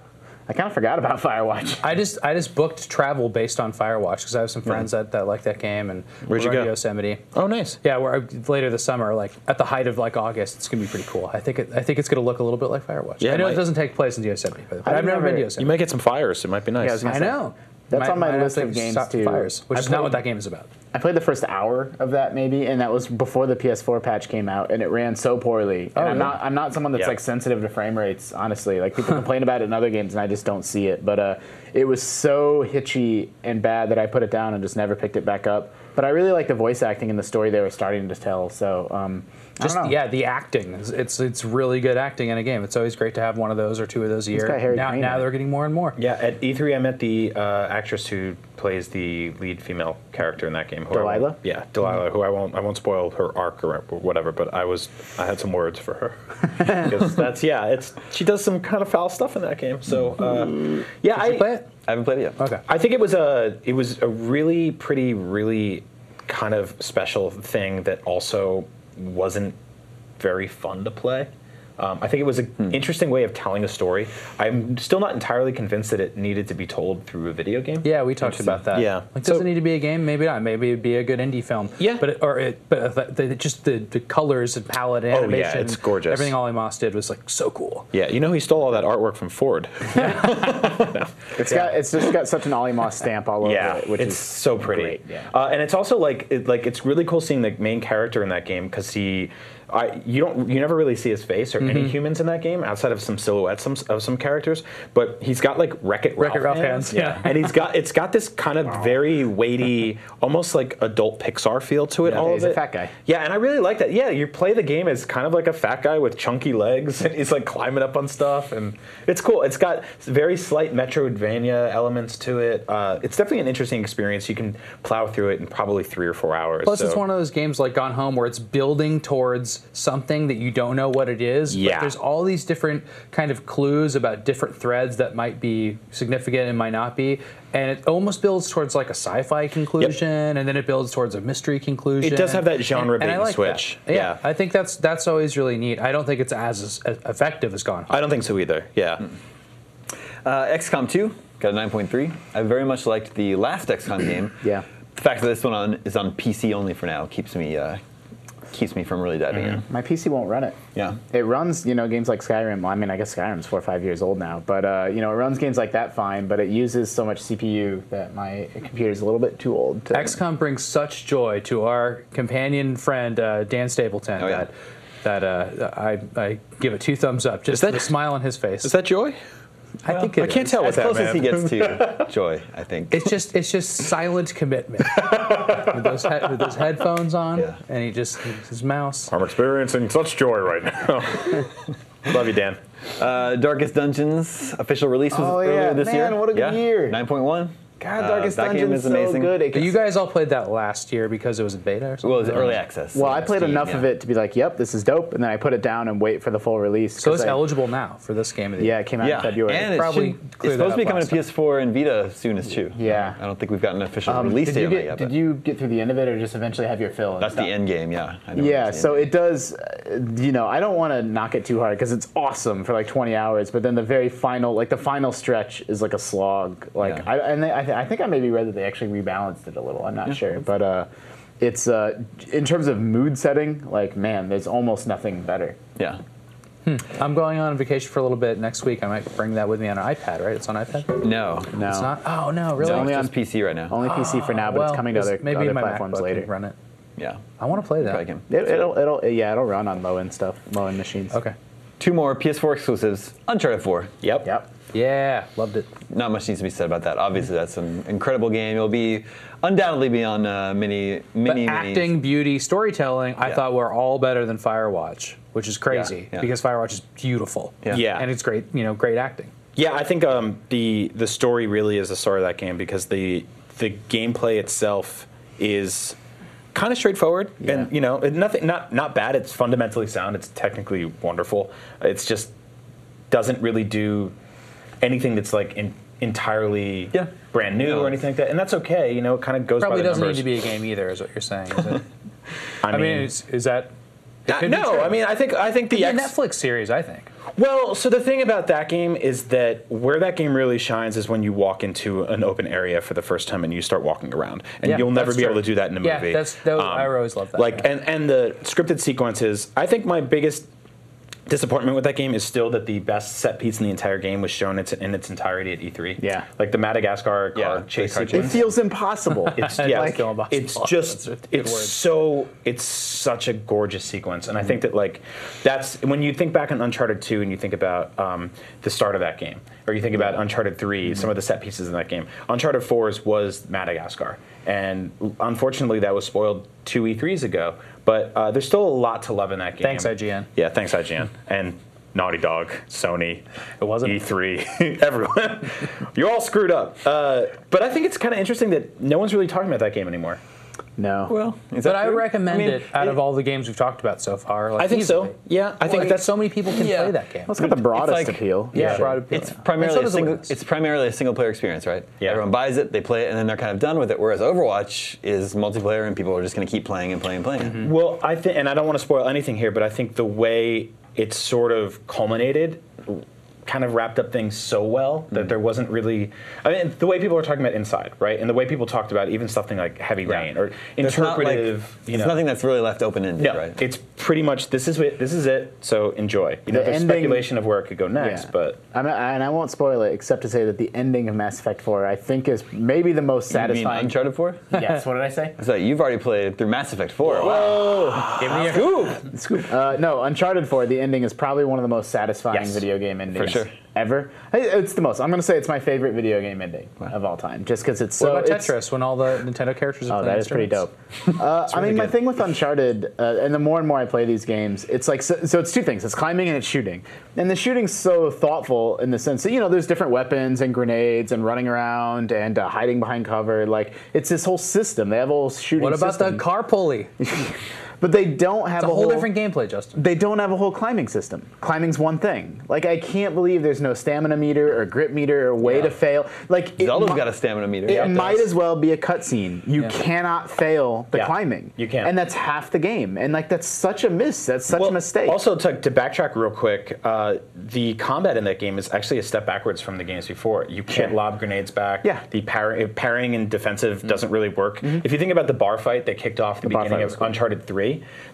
Speaker 6: I kind of forgot about Firewatch.
Speaker 5: I just I just booked travel based on Firewatch because I have some friends that, that like that game and
Speaker 3: Where'd you
Speaker 5: we're going
Speaker 3: go?
Speaker 5: to Yosemite.
Speaker 3: Oh, nice.
Speaker 5: Yeah, we're later this summer, like at the height of like August, it's gonna be pretty cool. I think it, I think it's gonna look a little bit like Firewatch.
Speaker 3: Yeah,
Speaker 5: I know
Speaker 3: it might.
Speaker 5: it doesn't take place in Yosemite, but, but
Speaker 6: I've
Speaker 5: I've never been
Speaker 6: never-
Speaker 5: to
Speaker 3: You
Speaker 5: Yosemite.
Speaker 3: might get some fires. It might be nice.
Speaker 6: Yeah, I was gonna
Speaker 5: I
Speaker 6: say.
Speaker 5: know.
Speaker 6: That's
Speaker 5: Might-
Speaker 6: on my
Speaker 5: might have
Speaker 6: list
Speaker 5: to
Speaker 6: of games,
Speaker 5: stop
Speaker 6: too.
Speaker 5: Fires, which
Speaker 6: I
Speaker 5: is not
Speaker 6: played-
Speaker 5: what that game is about.
Speaker 6: I played the first hour of that maybe, and that was before the PS4 patch came out, and it ran so poorly. And I'm
Speaker 5: yeah.
Speaker 6: not I'm not someone that's
Speaker 3: Oh, Yeah.
Speaker 6: like sensitive to frame rates, honestly. Like people complain about it in other games, and I just don't see it. But uh, it was so hitchy and bad that I put it down and just never picked it back up. But I really like the voice acting and the story they were starting to tell. So um, I
Speaker 5: Just
Speaker 6: don't know.
Speaker 5: yeah, the acting. is- It's it's really good acting in a game. It's always great to have one of those or two of those a year.
Speaker 6: got Harry
Speaker 5: now
Speaker 6: Crane in
Speaker 5: now
Speaker 6: it.
Speaker 5: they're getting more and more.
Speaker 3: Yeah, at E3, I met the uh, actress who plays the lead female character in that game. who I won't-
Speaker 6: Delilah?
Speaker 3: yeah, Delilah. Who I won't, I won't spoil her arc or whatever. But I was, I had some words for her. 'Cause that's yeah, it's she does some kind of foul stuff in that game. So uh, yeah, I
Speaker 5: Play it.
Speaker 4: I haven't played it yet.
Speaker 5: Okay.
Speaker 3: I think it was a it was a really pretty, really kind of special thing that also wasn't very fun to play. Um, I think it was an interesting way of telling a story. I'm still not entirely convinced that it needed to be told through a video game.
Speaker 5: Yeah, we talked about that.
Speaker 3: Yeah.
Speaker 5: like
Speaker 3: So-
Speaker 5: does it need to be a game? Maybe not. Maybe it'd be a good indie film.
Speaker 3: Yeah.
Speaker 5: but it, or it, but the, the, just the, the colors and palette and
Speaker 3: Oh, yeah,
Speaker 5: animation.
Speaker 3: it's gorgeous.
Speaker 5: Everything Ollie Moss did was like so cool.
Speaker 3: Yeah, you know he stole all that artwork from Ford.
Speaker 6: It's got it's just got such an Ollie Moss stamp all over it, which
Speaker 3: it's
Speaker 6: is
Speaker 3: so pretty.
Speaker 6: great, yeah.
Speaker 3: uh, and it's also like it, like it's really cool seeing the main character in that game because he, I you don't you never really see his face or any humans in that game outside of some silhouettes some, of some characters, but he's got like Wreck It
Speaker 5: Wreck-It Ralph hands, yeah.
Speaker 3: and he's got it's got this kind of very weighty, almost like adult Pixar feel to it. all
Speaker 6: he's
Speaker 3: of
Speaker 6: a
Speaker 3: it.
Speaker 6: fat guy.
Speaker 3: Yeah, and I really like that. Yeah, you play the game as kind of like a fat guy with chunky legs, and he's like climbing up on stuff, and it's cool. It's got very slight Metroidvania elements to it. Uh, it's definitely an interesting experience. You can plow through it in probably three or four hours.
Speaker 5: Plus, it's
Speaker 3: so-
Speaker 5: one of those games like Gone Home where it's building towards there's something that you don't know what it is.
Speaker 3: Yeah.
Speaker 5: But there's all these different kind of clues about different threads that might be significant and might not be. And it almost builds towards like a sci-fi conclusion, and then it builds towards a mystery conclusion.
Speaker 3: It does have that
Speaker 5: And-
Speaker 3: genre
Speaker 5: and I
Speaker 3: bait and
Speaker 5: like that.
Speaker 3: switch.
Speaker 5: Yeah,
Speaker 3: Yeah.
Speaker 5: I think that's that's always really neat. I don't think it's as, as effective as Gone. Home.
Speaker 3: I don't think so either. Yeah.
Speaker 4: Uh, XCOM 2 got a 9.3. I very much liked the last XCOM game.
Speaker 6: Yeah.
Speaker 4: The fact that this one on is on PC only for now keeps me uh, keeps me from really diving in.
Speaker 6: My PC won't run it.
Speaker 4: Yeah.
Speaker 6: It runs, you know, games like Skyrim. Well, I mean, I guess Skyrim's four or five years old now, but uh, you know, it runs games like that fine. But it uses so much CPU that my computer's a little bit too old. To,
Speaker 5: XCOM brings such joy to our companion friend uh, Dan Stapleton
Speaker 4: Oh, yeah.
Speaker 5: that that uh, I, I give it two thumbs up. Just
Speaker 3: that-
Speaker 5: the smile on his face.
Speaker 3: Is that joy?
Speaker 5: I think it
Speaker 3: I can't
Speaker 5: is.
Speaker 3: tell
Speaker 4: As
Speaker 3: with that
Speaker 4: close
Speaker 3: man.
Speaker 4: as he gets to joy, I think.
Speaker 5: It's just it's just silent commitment with, those he- with those headphones on,
Speaker 4: Yeah.
Speaker 5: and he just his mouse.
Speaker 3: I'm experiencing such joy right now.
Speaker 5: Mm.
Speaker 3: Love you, Dan.
Speaker 4: Uh, Darkest Dungeons official release was
Speaker 6: Oh,
Speaker 4: earlier
Speaker 6: yeah.
Speaker 4: this
Speaker 6: Man,
Speaker 4: year.
Speaker 6: what a good
Speaker 4: yeah.
Speaker 6: year.
Speaker 4: 9.1.
Speaker 6: God,
Speaker 4: Uh,
Speaker 6: Darkest
Speaker 4: that
Speaker 6: Dungeon
Speaker 4: game
Speaker 6: is
Speaker 4: is
Speaker 6: so
Speaker 4: amazing.
Speaker 6: good. It
Speaker 5: But you
Speaker 6: gets-
Speaker 5: guys all played that last year because it was a beta or something.
Speaker 4: Well, it was early access.
Speaker 6: well,
Speaker 4: on
Speaker 6: I played
Speaker 4: Steam,
Speaker 6: enough of
Speaker 4: yeah.
Speaker 6: it to be like, "Yep, this is dope," and then I put it down and wait for the full release.
Speaker 5: so
Speaker 6: 'cause
Speaker 5: it's
Speaker 6: I-
Speaker 5: eligible now for this game of the
Speaker 6: Yeah,
Speaker 5: year.
Speaker 6: it came out
Speaker 4: Yeah,
Speaker 6: in February.
Speaker 4: and it
Speaker 5: Probably
Speaker 4: should-
Speaker 5: clear
Speaker 4: it's supposed
Speaker 5: that
Speaker 4: to be
Speaker 5: up
Speaker 4: coming
Speaker 5: last
Speaker 4: to PS4 and Vita soon as too.
Speaker 6: Yeah.
Speaker 4: I don't think we've gotten an official
Speaker 6: Um,
Speaker 4: release
Speaker 6: did
Speaker 4: date
Speaker 6: you
Speaker 4: on
Speaker 6: get,
Speaker 4: that yet.
Speaker 6: did
Speaker 4: but
Speaker 6: you get through the end of it, or just eventually have your fill? and
Speaker 4: that's
Speaker 6: stuff?
Speaker 4: the end game, yeah. I know what
Speaker 6: Yeah,
Speaker 4: you're saying.
Speaker 6: so it does, uh, you know, I don't want to knock it too hard because it's awesome for like 20 hours, but then the very final, like the final stretch is like a slog. Like,
Speaker 4: Yeah.
Speaker 6: I, and they, I, th- I think I maybe read that they actually rebalanced it a little. I'm not sure. But uh, it's, uh, in terms of mood setting, like, man, there's almost nothing better.
Speaker 4: Yeah.
Speaker 5: I'm going on vacation for a little bit next week. I might bring that with me on an iPad. Right? It's on iPad.
Speaker 4: No.
Speaker 6: No.
Speaker 5: It's not. Oh no, really?
Speaker 4: It's
Speaker 6: only
Speaker 4: only
Speaker 6: on-
Speaker 4: on PC right now.
Speaker 6: Only PC for now, but
Speaker 5: well,
Speaker 6: it's coming to
Speaker 5: this-
Speaker 6: other,
Speaker 5: maybe
Speaker 6: other
Speaker 5: my
Speaker 6: platforms
Speaker 5: MacBook
Speaker 6: later.
Speaker 5: Can run it.
Speaker 4: Yeah.
Speaker 5: I want to play
Speaker 4: Probably
Speaker 5: that.
Speaker 4: can.
Speaker 6: It, it'll, it'll, yeah, it'll run on low end stuff, low end machines.
Speaker 5: Okay.
Speaker 4: Two more PS4 exclusives. Uncharted 4.
Speaker 3: Yep.
Speaker 6: Yep.
Speaker 5: Yeah, loved it.
Speaker 4: Not much needs to be said about that. Obviously, that's an incredible game. It'll be undoubtedly be on uh, many,
Speaker 5: But
Speaker 4: many,
Speaker 5: acting,
Speaker 4: many.
Speaker 5: beauty, storytelling, I
Speaker 4: Yeah.
Speaker 5: thought were all better than Firewatch, which is crazy
Speaker 4: yeah.
Speaker 5: because Firewatch is beautiful.
Speaker 4: Yeah.
Speaker 3: Yeah.
Speaker 5: And it's great, you know, great acting.
Speaker 3: Yeah, I think um, the the story really is the story of that game because the the gameplay itself is kind of straightforward and you know it- nothing not not bad. It's fundamentally sound. It's technically wonderful. It's just doesn't really do anything that's like in, entirely
Speaker 4: Yeah.
Speaker 3: brand new
Speaker 4: No.
Speaker 3: or anything like that. And that's okay. You know, it kind of goes
Speaker 5: Probably
Speaker 3: by the
Speaker 5: doesn't
Speaker 3: numbers.
Speaker 5: need to be a game either, is what you're saying. Is it?
Speaker 3: I
Speaker 5: I
Speaker 3: mean.
Speaker 5: mean, is, is that. it
Speaker 3: uh,
Speaker 5: could be
Speaker 3: no,
Speaker 5: true.
Speaker 3: I mean, I think I think the
Speaker 5: Be a
Speaker 3: X-
Speaker 5: Netflix series, I think.
Speaker 3: Well, so the thing about that game is that where that game really shines is when you walk into an open area for the first time and you start walking around, and
Speaker 5: Yeah,
Speaker 3: you'll never
Speaker 5: that's
Speaker 3: be able
Speaker 5: true.
Speaker 3: to do that in a
Speaker 5: Yeah,
Speaker 3: movie. Um,
Speaker 5: that's- that was- I always loved that,
Speaker 3: Like,
Speaker 5: yeah.
Speaker 3: and and the scripted sequences. I think my biggest disappointment with that game is still that the best set piece in the entire game was shown its, in its entirety at E3.
Speaker 6: Yeah.
Speaker 3: like the Madagascar car
Speaker 4: Yeah, the
Speaker 3: chase
Speaker 4: car
Speaker 6: It
Speaker 3: sequence.
Speaker 6: feels impossible.
Speaker 3: It's, yeah,
Speaker 5: like Dylan Box
Speaker 3: it's
Speaker 5: Ball.
Speaker 3: just
Speaker 5: That's a good
Speaker 3: it's
Speaker 5: word.
Speaker 3: so it's such a gorgeous sequence, and I think that like that's when you think back on Uncharted two and you think about um, the start of that game, or you think about Uncharted 3
Speaker 5: Mm-hmm.
Speaker 3: some of the set pieces in that game. Uncharted fours was Madagascar, and unfortunately that was spoiled two E threes ago. But uh, there's still a lot to love in that game.
Speaker 5: Thanks, IGN.
Speaker 3: Yeah, thanks IGN and Naughty Dog, Sony.
Speaker 5: It wasn't.
Speaker 3: E3, everyone. You're all screwed up. Uh, but I think it's kind of interesting that no one's really talking about that game anymore.
Speaker 6: no.
Speaker 4: Well, is
Speaker 5: But
Speaker 4: that
Speaker 5: I
Speaker 4: true?
Speaker 5: recommend
Speaker 4: mean,
Speaker 5: it out of all the games we've talked about so far. Like
Speaker 3: I think
Speaker 5: easily.
Speaker 3: so. Yeah, I
Speaker 5: I think
Speaker 3: think
Speaker 5: that
Speaker 3: that's
Speaker 5: so many people can play that game.
Speaker 6: Well, it's got the broadest
Speaker 4: like-
Speaker 6: appeal.
Speaker 5: yeah,
Speaker 6: Sure.
Speaker 5: broad appeal.
Speaker 4: It's
Speaker 5: And so
Speaker 4: primarily a
Speaker 5: does
Speaker 4: single,
Speaker 5: Awareness.
Speaker 4: it's primarily a single player experience, right?
Speaker 3: Yeah.
Speaker 4: Everyone buys it, they play it, and then they're kind of done with it. Whereas Overwatch is multiplayer, and people are just going to keep playing and playing and playing.
Speaker 3: Well, I think, and I don't want to spoil anything here, but I think the way it sort of culminated kind of wrapped up things so well that there wasn't really. I mean, the way people are talking about Inside, right, and the way people talked about even something like Heavy Rain or
Speaker 4: There's not, like-
Speaker 3: interpretive. you
Speaker 4: there's
Speaker 3: know,
Speaker 4: nothing that's really left open ended,
Speaker 3: No,
Speaker 4: right?
Speaker 3: it's pretty much this is it. This is it. So enjoy. You know,
Speaker 6: The
Speaker 3: there's
Speaker 6: ending-
Speaker 3: speculation of where it could go next,
Speaker 6: Yeah.
Speaker 3: but
Speaker 6: I'm not, and I won't spoil it, except to say that the ending of Mass Effect 4, I think, is maybe the most
Speaker 4: you mean
Speaker 6: satisfying.
Speaker 4: Uncharted 4?
Speaker 6: yes. What did I say?
Speaker 4: so you've already played through Mass Effect 4. Wow.
Speaker 5: Give me a-
Speaker 6: Uh, no, Uncharted 4. The ending is probably one of the most satisfying
Speaker 3: Yes.
Speaker 6: video game endings
Speaker 4: sure.
Speaker 6: ever. I- It's the most. I'm going to say it's my favorite video game ending of all time, just because it's so.
Speaker 5: what about
Speaker 6: it's-
Speaker 5: Tetris when all the Nintendo characters are
Speaker 6: Oh,
Speaker 5: playing
Speaker 6: that is pretty
Speaker 5: instruments?
Speaker 6: dope. Uh, I mean, my thing with Uncharted, uh, and the more and more I play these games, it's like so, so. It's two things: it's climbing and it's shooting. And the shooting's so thoughtful in the sense that you know there's different weapons and grenades and running around and uh, hiding behind cover. Like it's this whole system. They have a whole shooting.
Speaker 5: What about the
Speaker 6: system.
Speaker 5: car pulley?
Speaker 6: But they don't
Speaker 5: It's
Speaker 6: have
Speaker 5: a, whole,
Speaker 6: whole
Speaker 5: different gameplay, Justin.
Speaker 6: they don't have a whole climbing system. Climbing's one thing. Like I can't believe there's no stamina meter or grip meter or way to fail. Like it
Speaker 4: Zelda's
Speaker 6: mi-
Speaker 4: got a stamina meter.
Speaker 6: It
Speaker 4: Yeah, does.
Speaker 6: might as well be a cutscene. You
Speaker 5: Yeah.
Speaker 6: cannot fail the
Speaker 3: Yeah.
Speaker 6: climbing.
Speaker 3: You can't.
Speaker 6: and that's half the game. And like that's such a miss. That's such a
Speaker 3: Well,
Speaker 6: mistake.
Speaker 3: Also, to, to backtrack real quick, uh, the combat in that game is actually a step backwards from the games before. You can't lob grenades back.
Speaker 6: Yeah. Mm-hmm.
Speaker 3: The par- uh, parrying and defensive doesn't really work. If you think about the bar fight that kicked off the,
Speaker 6: bar
Speaker 3: beginning
Speaker 6: fight
Speaker 3: of
Speaker 6: was cool.
Speaker 3: Uncharted 3,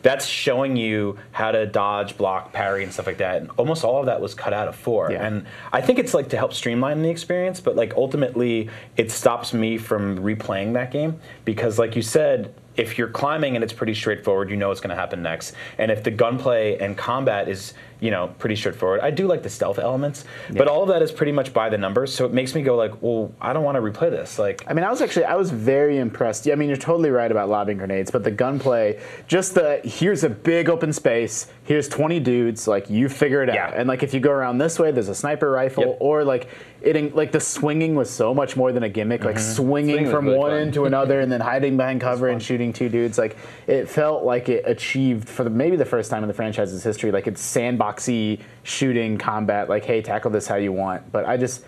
Speaker 3: that's showing you how to dodge, block, parry, and stuff like that. And almost all of that was cut out of 4.
Speaker 6: Yeah.
Speaker 3: And I think it's like to help streamline the experience, but like ultimately it stops me from replaying that game because like you said, if you're climbing and it's pretty straightforward, you know what's going to happen next. And if the gunplay and combat is, you know, pretty straightforward, I do like the stealth elements, but all of that is pretty much by the numbers. So it makes me go like, well, I don't want to replay this. Like,
Speaker 6: I mean, I was actually I was very impressed. Yeah, I mean, you're totally right about lobbing grenades, but the gunplay, just the here's a big open space, here's 20 dudes, like you figure it
Speaker 3: Yeah.
Speaker 6: out. Uh, And like if you go around this way, there's a sniper rifle,
Speaker 3: Yep.
Speaker 6: or like it in- like the swinging was so much more than a gimmick, like swinging,
Speaker 4: Mm-hmm. Swinging was
Speaker 6: from
Speaker 4: really
Speaker 6: one
Speaker 4: fun.
Speaker 6: end to another and then hiding behind cover and shooting two dudes. Like it felt like it achieved for the, maybe the first time in the franchise's history, like it's sandboxy shooting combat. Like hey, tackle this how you want. But I just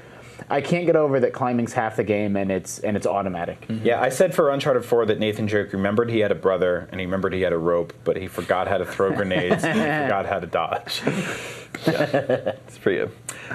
Speaker 6: I can't get over that climbing's half the game and it's and it's automatic.
Speaker 4: Mm-hmm.
Speaker 3: yeah, I said for Uncharted 4 that Nathan Drake remembered he had a brother and he remembered he had a rope, but he forgot how to throw grenades and he forgot how to dodge.
Speaker 4: It's pretty good.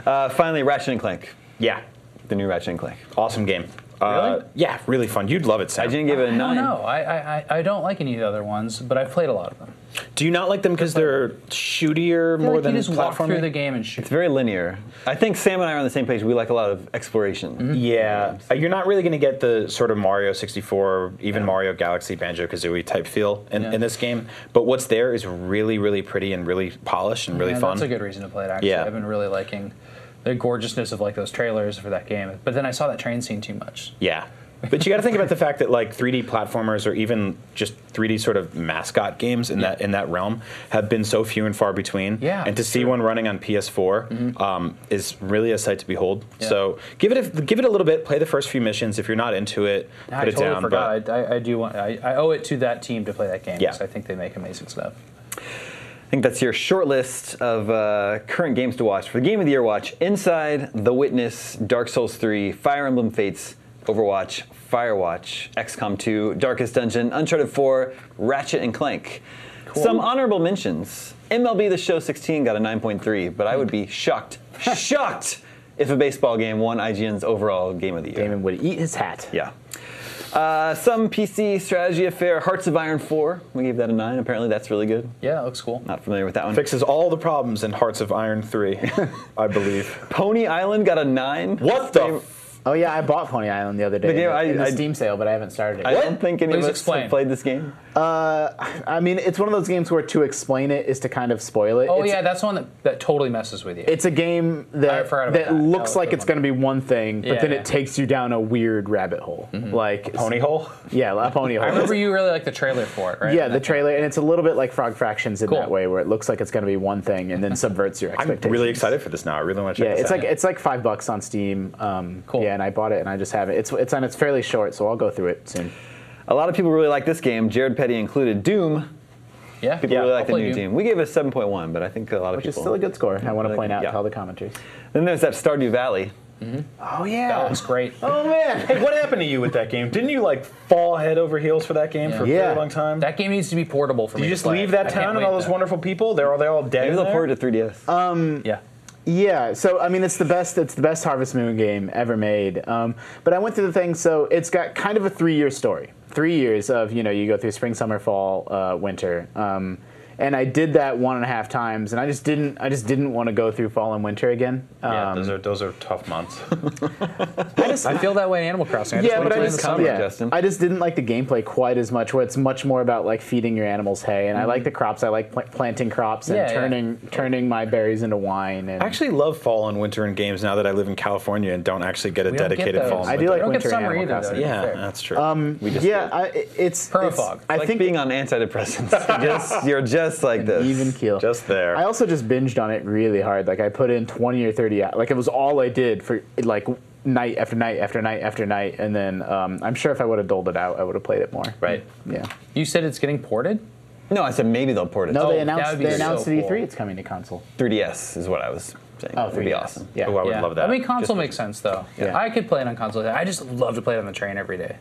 Speaker 4: Uh, finally, Ratchet and Clank.
Speaker 3: Yeah,
Speaker 4: The new Ratchet and Clank.
Speaker 3: awesome game. Uh,
Speaker 5: Really?
Speaker 3: yeah, really fun. You'd love it,
Speaker 4: I
Speaker 3: Sam.
Speaker 4: didn't give it a
Speaker 5: I don't
Speaker 4: nine.
Speaker 5: know. I, I, I- I don't like any of the other ones, but I've played a lot of them.
Speaker 3: Do you not like them because they're shootier
Speaker 5: I feel
Speaker 3: more
Speaker 5: like
Speaker 3: than
Speaker 5: you just walk through
Speaker 3: platforming?
Speaker 5: the game and shoot.
Speaker 4: It's very linear. I think Sam and I are on the same page. We like a lot of exploration.
Speaker 3: Yeah, Uh, you're not really going to get the sort of Mario 64, even Mario Galaxy, Banjo Kazooie type feel in,
Speaker 5: Yeah.
Speaker 3: in this game. But what's there is really, really pretty and really polished and really
Speaker 5: Yeah,
Speaker 3: fun.
Speaker 5: That's a good reason to play it. Actually,
Speaker 3: Yeah.
Speaker 5: I've been really liking the gorgeousness of like those trailers for that game. But then I saw that train scene too much.
Speaker 3: Yeah. But you got to think about the fact that like 3D platformers or even just 3D sort of mascot games in that in that realm have been so few and far between.
Speaker 5: Yeah,
Speaker 3: And to see
Speaker 5: sure.
Speaker 3: one running on PS4
Speaker 6: Mm-hmm.
Speaker 3: um, is really a sight to behold. So give it a, give it a little bit. Play the first few missions. If you're not into it,
Speaker 5: I
Speaker 3: put it
Speaker 5: totally
Speaker 3: down.
Speaker 5: forgot. I, I, I do want. I, I owe it to that team to play that game.
Speaker 3: Yeah.
Speaker 5: because I think they make amazing stuff.
Speaker 4: I think that's your short list of uh, current games to watch. For the Game of the Year watch, Inside, The Witness, Dark Souls 3, Fire Emblem Fates, Overwatch, Firewatch, XCOM 2, Darkest Dungeon, Uncharted 4, Ratchet and Clank. Some honorable mentions. MLB The Show 16 got a 9.3, but I would be shocked, shocked if a baseball game won IGN's overall Game of the Year.
Speaker 6: Damon would eat his hat.
Speaker 4: Yeah. Uh, some PC strategy affair, Hearts of Iron 4. We gave that a 9. Apparently, that's really good.
Speaker 5: Yeah, that looks cool.
Speaker 4: Not familiar with that one.
Speaker 3: Fixes all the problems in Hearts of Iron 3, I believe.
Speaker 4: Pony Island got a nine.
Speaker 3: What the? F-
Speaker 6: Oh yeah, I bought Pony Island the other day.
Speaker 4: The game-
Speaker 6: in the-
Speaker 4: I-
Speaker 6: in the
Speaker 4: I-
Speaker 6: Steam sale, but I haven't started it.
Speaker 4: I don't think any
Speaker 5: Please
Speaker 4: of us
Speaker 5: explain.
Speaker 4: have played this game.
Speaker 6: I mean, it's one of those games where to explain it is to kind of spoil it.
Speaker 5: Oh
Speaker 6: It's-
Speaker 5: yeah, that's one that, that totally messes with you.
Speaker 6: It's a game
Speaker 5: I
Speaker 6: that
Speaker 5: forgot
Speaker 6: that,
Speaker 5: about that.
Speaker 6: looks
Speaker 5: That was
Speaker 6: like
Speaker 5: the
Speaker 6: it's
Speaker 5: one.
Speaker 6: going to be one thing, but
Speaker 5: Yeah,
Speaker 6: then
Speaker 5: yeah.
Speaker 6: it takes you down a weird rabbit hole. Like
Speaker 3: Pony hole?
Speaker 6: Yeah, a pony hole.
Speaker 5: I remember you really like the trailer for it, right?
Speaker 6: Yeah,
Speaker 5: And
Speaker 6: the
Speaker 5: that-
Speaker 6: trailer, and it's a little bit like Frog Fractions in
Speaker 5: Cool.
Speaker 6: that way, where it looks like it's going to be one thing and then subverts your
Speaker 3: I'm
Speaker 6: expectations.
Speaker 3: really excited for this now. I really want to check
Speaker 6: Yeah,
Speaker 3: this
Speaker 6: it's
Speaker 3: out.
Speaker 6: like it's like five bucks on Steam. Um,
Speaker 5: Cool.
Speaker 6: Yeah, and I bought it and I just have it. It's it's and it's fairly short, so I'll go through it soon.
Speaker 4: A lot of people really like this game, Jared Petty included. Doom,
Speaker 5: Yeah,
Speaker 4: people really like the
Speaker 5: Hopefully
Speaker 4: new
Speaker 5: you-
Speaker 4: Doom. We gave it a 7.1, but I think a lot of
Speaker 6: Which is
Speaker 4: people.
Speaker 6: still a good score. I want to
Speaker 4: Like,
Speaker 6: point out
Speaker 4: yeah.
Speaker 6: to all the commentaries.
Speaker 4: Then there's that Stardew Valley.
Speaker 6: Oh yeah.
Speaker 5: That looks great.
Speaker 6: oh man.
Speaker 3: Hey, what happened to you with that game? Didn't you like fall head over heels for that game for a
Speaker 6: Yeah.
Speaker 3: very long time?
Speaker 5: That game needs to be portable for
Speaker 3: Did
Speaker 5: me.
Speaker 3: you
Speaker 5: to
Speaker 3: just
Speaker 5: play.
Speaker 3: leave
Speaker 5: I
Speaker 3: that
Speaker 5: can't
Speaker 3: town and
Speaker 5: wait
Speaker 3: all those
Speaker 5: to-
Speaker 3: wonderful people? They're all they all dead.
Speaker 4: Maybe
Speaker 3: in
Speaker 4: they'll
Speaker 3: there?
Speaker 4: port it to 3DS.
Speaker 6: Uh,
Speaker 5: Yeah.
Speaker 6: Yeah, so I mean, it's the best. It's the best Harvest Moon game ever made. Um, but I went through the thing, so it's got kind of a three-year story. Three years of you know you go through spring, summer, fall, uh, winter. Um, and I did that one and a half times, and I just didn't. I just didn't want to go through fall and winter again. Um,
Speaker 3: Yeah, those are those are tough months.
Speaker 5: I feel that way in Animal Crossing. I just
Speaker 6: yeah,
Speaker 5: want to
Speaker 6: but I
Speaker 5: play in
Speaker 6: just,
Speaker 5: the summer.
Speaker 6: yeah,
Speaker 4: Justin.
Speaker 6: I just didn't like the gameplay quite as much, where it's much more about like feeding your animals hay, and I like the crops. I like pl- planting crops and
Speaker 5: Mm-hmm. Yeah, yeah.
Speaker 6: turning turning my berries into wine. And
Speaker 3: I actually love fall and winter in games now that I live in California and don't actually get a
Speaker 5: We don't get
Speaker 3: dedicated
Speaker 5: those.
Speaker 3: fall and
Speaker 6: I do
Speaker 3: winter.
Speaker 6: like
Speaker 5: don't get
Speaker 6: winter in
Speaker 5: summer
Speaker 6: Animal
Speaker 5: either, though.
Speaker 6: Crossing.
Speaker 3: yeah,
Speaker 5: fair.
Speaker 3: that's true.
Speaker 4: we just
Speaker 6: Yeah, I, it's
Speaker 5: Permafog.
Speaker 6: It's, I
Speaker 4: like
Speaker 6: think
Speaker 4: being on antidepressants. you just, you're just like this.
Speaker 6: even keel.
Speaker 3: Just there.
Speaker 6: I also just binged on it really hard. Like I put in 20 or 30 hours. Like it was all I did for like night after night after night after night. And then um, I'm sure if I would have doled it out, I would have played it more.
Speaker 3: right.
Speaker 6: Yeah.
Speaker 5: You said it's getting ported.
Speaker 4: No, I said maybe they'll port it.
Speaker 6: No, they
Speaker 5: Oh, that
Speaker 6: announced
Speaker 5: would be
Speaker 6: they
Speaker 5: so
Speaker 6: announced at E3
Speaker 5: cool.
Speaker 6: it's coming to console.
Speaker 4: 3DS is what I was saying.
Speaker 6: Oh,
Speaker 4: it would be
Speaker 6: 3DS.
Speaker 4: awesome.
Speaker 6: Yeah.
Speaker 3: Oh, I would
Speaker 5: Yeah.
Speaker 3: love that.
Speaker 5: I mean, console makes sense though.
Speaker 6: Yeah.
Speaker 5: I could play it on console. I just love to play it on the train every day.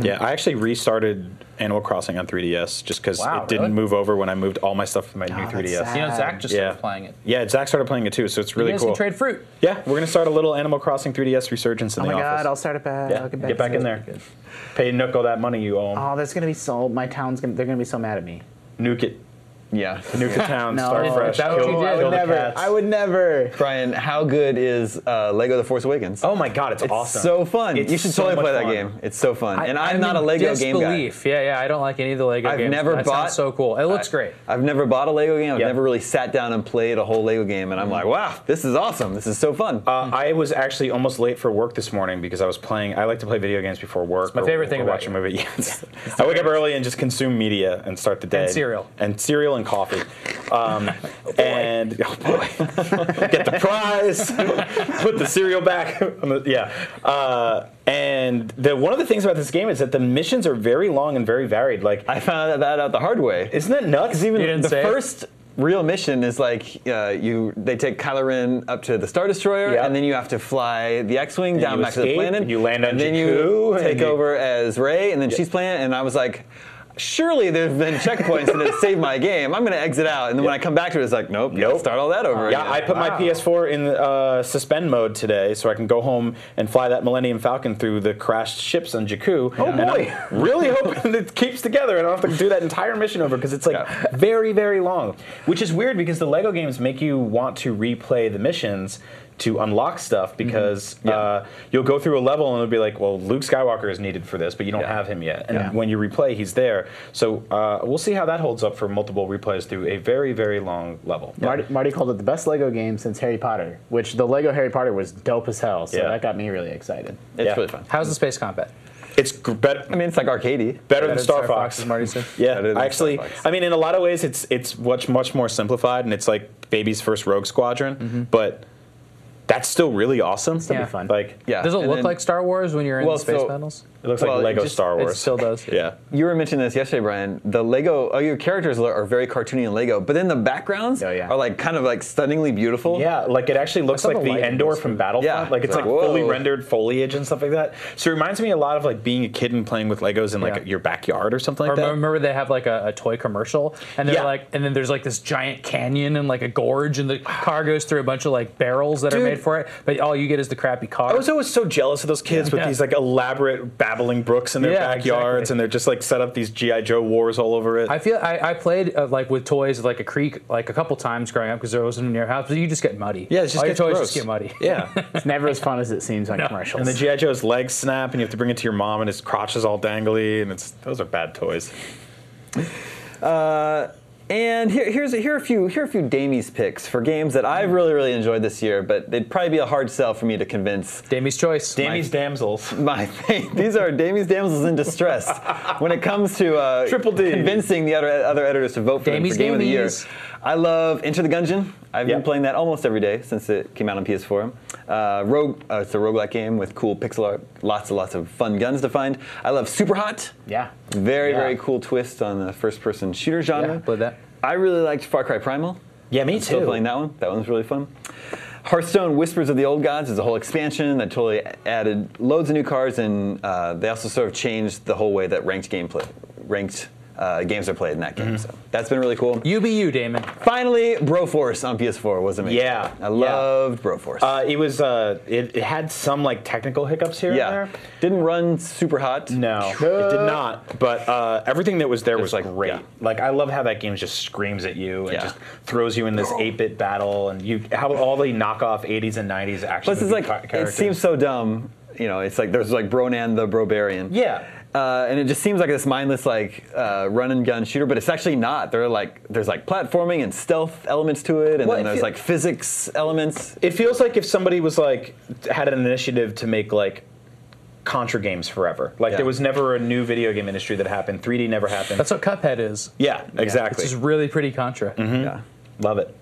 Speaker 3: Yeah, I actually restarted Animal Crossing on 3DS just because
Speaker 5: Wow,
Speaker 3: it didn't
Speaker 5: really?
Speaker 3: move over when I moved all my stuff to my new
Speaker 6: that's
Speaker 3: 3DS.
Speaker 6: sad.
Speaker 5: You know, Zach just
Speaker 3: Yeah,
Speaker 5: started playing it.
Speaker 3: Yeah, Zach started playing it too, so it's
Speaker 5: You
Speaker 3: really
Speaker 5: guys
Speaker 3: cool.
Speaker 5: can trade fruit.
Speaker 3: Yeah, we're gonna start a little Animal Crossing 3DS resurgence in
Speaker 6: Oh
Speaker 3: the
Speaker 6: my
Speaker 3: office.
Speaker 6: god, I'll start it back.
Speaker 3: yeah,
Speaker 6: I'll
Speaker 3: get back, in
Speaker 6: to it.
Speaker 3: there. Pay Nook all that money you owe him.
Speaker 6: Oh, that's gonna be so. My town's gonna. They're gonna be so mad at me.
Speaker 3: Nuke it.
Speaker 4: Yeah.
Speaker 3: Nuke the town.
Speaker 6: No,
Speaker 3: start
Speaker 6: is
Speaker 3: fresh.
Speaker 5: that what
Speaker 3: kill
Speaker 5: you did?
Speaker 3: kill
Speaker 6: I
Speaker 3: the
Speaker 6: would never.
Speaker 3: cats.
Speaker 6: I would never.
Speaker 4: Brian, how good is uh, Lego The Force Awakens?
Speaker 3: Oh my god, it's, awesome.
Speaker 4: So fun.
Speaker 3: It's
Speaker 4: you should
Speaker 3: so
Speaker 4: totally
Speaker 3: much
Speaker 4: play that
Speaker 3: fun.
Speaker 4: game. It's so fun. and I'm,
Speaker 5: I'm
Speaker 4: not a
Speaker 5: in
Speaker 4: Lego game guy.
Speaker 5: disbelief. Yeah, yeah. I don't like any of the Lego
Speaker 4: I've
Speaker 5: games.
Speaker 4: never
Speaker 5: that
Speaker 4: bought.
Speaker 5: Sounds so cool. It looks
Speaker 4: I-
Speaker 5: great.
Speaker 4: I've never bought a Lego game. I've
Speaker 3: Yep. Mm-hmm.
Speaker 4: never really sat down and played a whole Lego game, and I'm like, wow, this is awesome. This is so fun.
Speaker 3: Uh, I was actually almost late for work this morning because I was playing. I like to play video games before work. It's
Speaker 5: my favorite thing
Speaker 3: or
Speaker 5: about
Speaker 3: watch a
Speaker 5: you.
Speaker 3: movie. Yes. I wake up early and just consume media and start the day.
Speaker 5: cereal.
Speaker 3: And cereal and coffee. Um, and oh boy, get the prize. Put the cereal back. on the- yeah. Uh, and the, one of the things about this game is that the missions are very long and very varied. Like,
Speaker 4: I found that out the hard way.
Speaker 3: isn't that nuts? Even
Speaker 5: You didn't
Speaker 4: the
Speaker 5: say it?
Speaker 4: first real mission is like uh, you they take Kylo Ren up to the Star Destroyer,
Speaker 3: Yeah.
Speaker 4: and then you have to fly the X-wing down
Speaker 3: you
Speaker 4: back to the
Speaker 3: escape,
Speaker 4: planet.
Speaker 3: and you land on
Speaker 4: and then
Speaker 3: Jakku,
Speaker 4: you
Speaker 3: and
Speaker 4: take
Speaker 3: you-
Speaker 4: over as Rey, and then she's playing. it, And I was like. Surely there've been checkpoints that have saved my game. I'm gonna exit out, and then when I come back to it, it's like, nope, nope.
Speaker 3: Nope.
Speaker 4: start all that over.
Speaker 3: Yeah,
Speaker 4: again.
Speaker 3: I put my PS4 in uh, suspend mode today, so I can go home and fly that Millennium Falcon through the crashed ships on Jakku. Oh
Speaker 4: boy.
Speaker 3: really hoping it keeps together, and I don't have to do that entire mission over because it's like
Speaker 4: Yeah.
Speaker 3: very, very long. Which is weird because the Lego games make you want to replay the missions to unlock stuff because uh, you'll go through a level and it'll be like, well, Luke Skywalker is needed for this, but you don't have him yet. And
Speaker 6: Yeah.
Speaker 3: when you replay, he's there. So uh, we'll see how that holds up for multiple replays through a very, very long level.
Speaker 6: Marty, Marty called it the best Lego game since Harry Potter, which the Lego Harry Potter was dope as hell. So
Speaker 3: Yeah.
Speaker 6: that got me really excited.
Speaker 4: It's
Speaker 3: Yeah.
Speaker 4: really fun.
Speaker 5: How's the space combat?
Speaker 3: It's gr- bet-
Speaker 4: I mean, it's like arcadey.
Speaker 3: better
Speaker 5: Better
Speaker 3: than
Speaker 5: than
Speaker 3: Star,
Speaker 5: Star
Speaker 3: Fox.
Speaker 5: Fox, as Marty said.
Speaker 3: Yeah,
Speaker 4: Better than Star
Speaker 3: actually,
Speaker 4: Fox.
Speaker 3: I mean, in a lot of ways, it's it's much much more simplified, and it's like Baby's first Rogue Squadron, but that's still really awesome.
Speaker 6: That'd
Speaker 5: Yeah.
Speaker 6: be fun.
Speaker 3: Like,
Speaker 4: Yeah.
Speaker 5: Does it
Speaker 4: and
Speaker 5: look
Speaker 4: then-
Speaker 5: like Star Wars when you're in
Speaker 4: Well,
Speaker 5: the space
Speaker 4: so-
Speaker 5: battles?
Speaker 3: it looks
Speaker 4: Well,
Speaker 3: like Lego
Speaker 4: it just-
Speaker 3: Star
Speaker 5: It
Speaker 3: Wars.
Speaker 5: still does.
Speaker 3: yeah.
Speaker 4: You were mentioning this yesterday, Brian. The Lego, oh, your characters are are very cartoony and Lego, but then the backgrounds
Speaker 6: Oh, yeah.
Speaker 4: are like kind of like stunningly beautiful.
Speaker 3: Yeah, like it actually looks
Speaker 5: saw
Speaker 3: like
Speaker 5: the
Speaker 3: the
Speaker 5: lighting
Speaker 3: Endor
Speaker 5: was
Speaker 3: from Battlefront.
Speaker 4: Yeah,
Speaker 3: Like
Speaker 4: it's
Speaker 3: it's like,
Speaker 4: like,
Speaker 3: fully
Speaker 4: whoa.
Speaker 3: rendered foliage and stuff like that. So it reminds me a lot of like being a kid and playing with Legos in like
Speaker 5: Yeah.
Speaker 3: your backyard or something
Speaker 5: Or
Speaker 3: like that.
Speaker 5: remember they have like a, a toy commercial, and they're
Speaker 3: Yeah.
Speaker 5: like, and then there's like this giant canyon and like a gorge, and the car goes through a bunch of like barrels that
Speaker 3: Dude.
Speaker 5: are made for it, but all you get is the crappy car.
Speaker 3: I was always so jealous of those kids with
Speaker 5: Yeah.
Speaker 3: these like elaborate babbling brooks in their
Speaker 5: Yeah,
Speaker 3: backyards,
Speaker 5: exactly.
Speaker 3: and they're just like set up these GI Joe wars all over it.
Speaker 5: I feel I, I played uh, like with toys like a creek like a couple times growing up because there wasn't near house, but you just get muddy.
Speaker 3: yeah, it's just
Speaker 5: all your
Speaker 3: gets
Speaker 5: toys
Speaker 3: gross.
Speaker 5: just get muddy.
Speaker 3: Yeah,
Speaker 6: It's never as fun as it seems on commercials.
Speaker 3: And the GI Joe's legs snap, and you have to bring it to your mom, and his crotch is all dangly, and it's those are bad toys.
Speaker 4: And here, here's a, here are a few here are a few Damies picks for games that I've really really enjoyed this year, but they'd probably be a hard sell for me to convince
Speaker 5: Damie's choice.
Speaker 3: Dammy's damsels.
Speaker 4: my thing. These are Damies damsels in distress when it comes to uh,
Speaker 3: Triple D.
Speaker 4: convincing the other other editors to vote for them
Speaker 5: Damies,
Speaker 4: for game of the year.
Speaker 5: Damies.
Speaker 4: I love Enter the Gungeon. I've been
Speaker 3: Yeah.
Speaker 4: playing that almost every day since it came out on PS4. Uh, Rogue, uh, it's a roguelike game with cool pixel art, lots and lots of fun guns to find. I love Super Hot.
Speaker 6: yeah.
Speaker 4: Very
Speaker 6: Yeah.
Speaker 4: very cool twist on the first-person shooter genre.
Speaker 5: Yeah, played that.
Speaker 4: I really liked Far Cry Primal.
Speaker 3: Yeah, me
Speaker 4: I'm Still playing that one. That one's really fun. Hearthstone Whispers of the Old Gods is a whole expansion that totally added loads of new cards, and uh, they also sort of changed the whole way that ranked gameplay, ranked uh, games are played in that game.
Speaker 3: Mm-hmm.
Speaker 4: So that's been really cool.
Speaker 5: You be you, Damon.
Speaker 4: Finally, Broforce on PS4 was amazing.
Speaker 3: Yeah,
Speaker 4: I
Speaker 3: yeah.
Speaker 4: loved Broforce.
Speaker 3: Uh, it was. Uh, it, it had some like technical hiccups here
Speaker 4: yeah,
Speaker 3: and there.
Speaker 4: didn't run super hot.
Speaker 3: No, it did not. But uh, everything that was there
Speaker 4: Just
Speaker 3: was like
Speaker 4: like-
Speaker 3: great.
Speaker 4: yeah.
Speaker 3: Like I love how that game just screams at you and
Speaker 4: Yeah.
Speaker 3: just throws you in this eight-bit battle, and you how all the knockoff '80s and '90s action.
Speaker 4: Plus, it's
Speaker 3: movie
Speaker 4: like
Speaker 3: ca-
Speaker 4: it
Speaker 3: characters.
Speaker 4: seems so dumb. You know, it's like there's like Bronan the Brobarian.
Speaker 3: Yeah.
Speaker 4: Uh, and it just seems like this mindless like uh, run and gun shooter, but it's actually not. There are like there's like platforming and stealth elements to it, and
Speaker 3: Well,
Speaker 4: then
Speaker 3: it
Speaker 4: there's
Speaker 3: feel-
Speaker 4: like physics elements.
Speaker 3: It feels like if somebody was like had an initiative to make like Contra games forever. Like
Speaker 4: Yeah.
Speaker 3: there was never a new video game industry that happened. 3D never happened.
Speaker 5: That's what Cuphead is.
Speaker 3: yeah,
Speaker 5: It's
Speaker 3: exactly. Mm-hmm.
Speaker 5: just really pretty Contra.
Speaker 4: Yeah.
Speaker 3: Love it.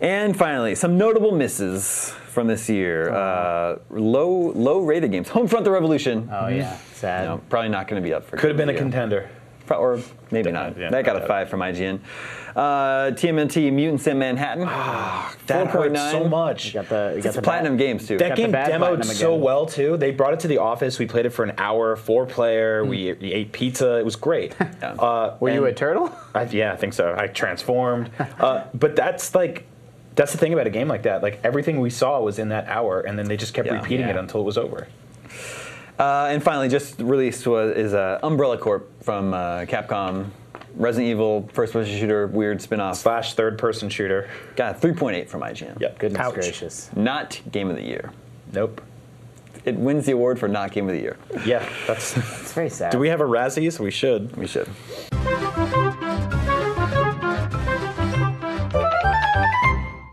Speaker 4: And finally, some notable misses from this year.
Speaker 3: Oh.
Speaker 4: Uh, low low rated games. Homefront: The Revolution.
Speaker 6: Oh yeah. Sad.
Speaker 4: No, probably not going to be up for.
Speaker 3: Could have been a
Speaker 4: contender.
Speaker 3: contender.
Speaker 4: Pro- or maybe not.
Speaker 3: yeah,
Speaker 4: that got
Speaker 3: I
Speaker 4: a
Speaker 3: doubt
Speaker 4: five from IGN. Uh, TMNT Mutants in Manhattan.
Speaker 3: Ah, That hurt
Speaker 4: 4.9.
Speaker 3: so much.
Speaker 6: You got the, you got
Speaker 4: It's
Speaker 6: the
Speaker 4: platinum games too.
Speaker 3: That
Speaker 6: the
Speaker 3: game
Speaker 6: bad
Speaker 3: demoed
Speaker 6: platinum
Speaker 3: so
Speaker 6: again.
Speaker 3: well too. They brought it to the office. We played it for an hour, four player. We, we ate pizza. It was great. uh,
Speaker 6: Were you
Speaker 3: and-
Speaker 6: a turtle?
Speaker 3: I, yeah, I think so. I transformed. uh, but that's like, that's the thing about a game like that. Like everything we saw was in that hour, and then they just kept
Speaker 4: Yeah.
Speaker 3: repeating it
Speaker 5: Yeah.
Speaker 3: until it was over.
Speaker 4: Uh, and finally, just released was, is uh, Umbrella Corp from uh, Capcom, Resident Evil first-person shooter weird spin-off.
Speaker 3: Slash third person shooter.
Speaker 4: Got a 3.8 from IGN.
Speaker 3: Yep.
Speaker 6: Goodness
Speaker 5: Ouch.
Speaker 6: gracious.
Speaker 4: Not game of the year.
Speaker 3: Nope.
Speaker 4: It wins the award for not game of the year.
Speaker 3: Yeah, that's.
Speaker 6: It's very sad.
Speaker 3: Do we have a Razzies? We should.
Speaker 4: We should.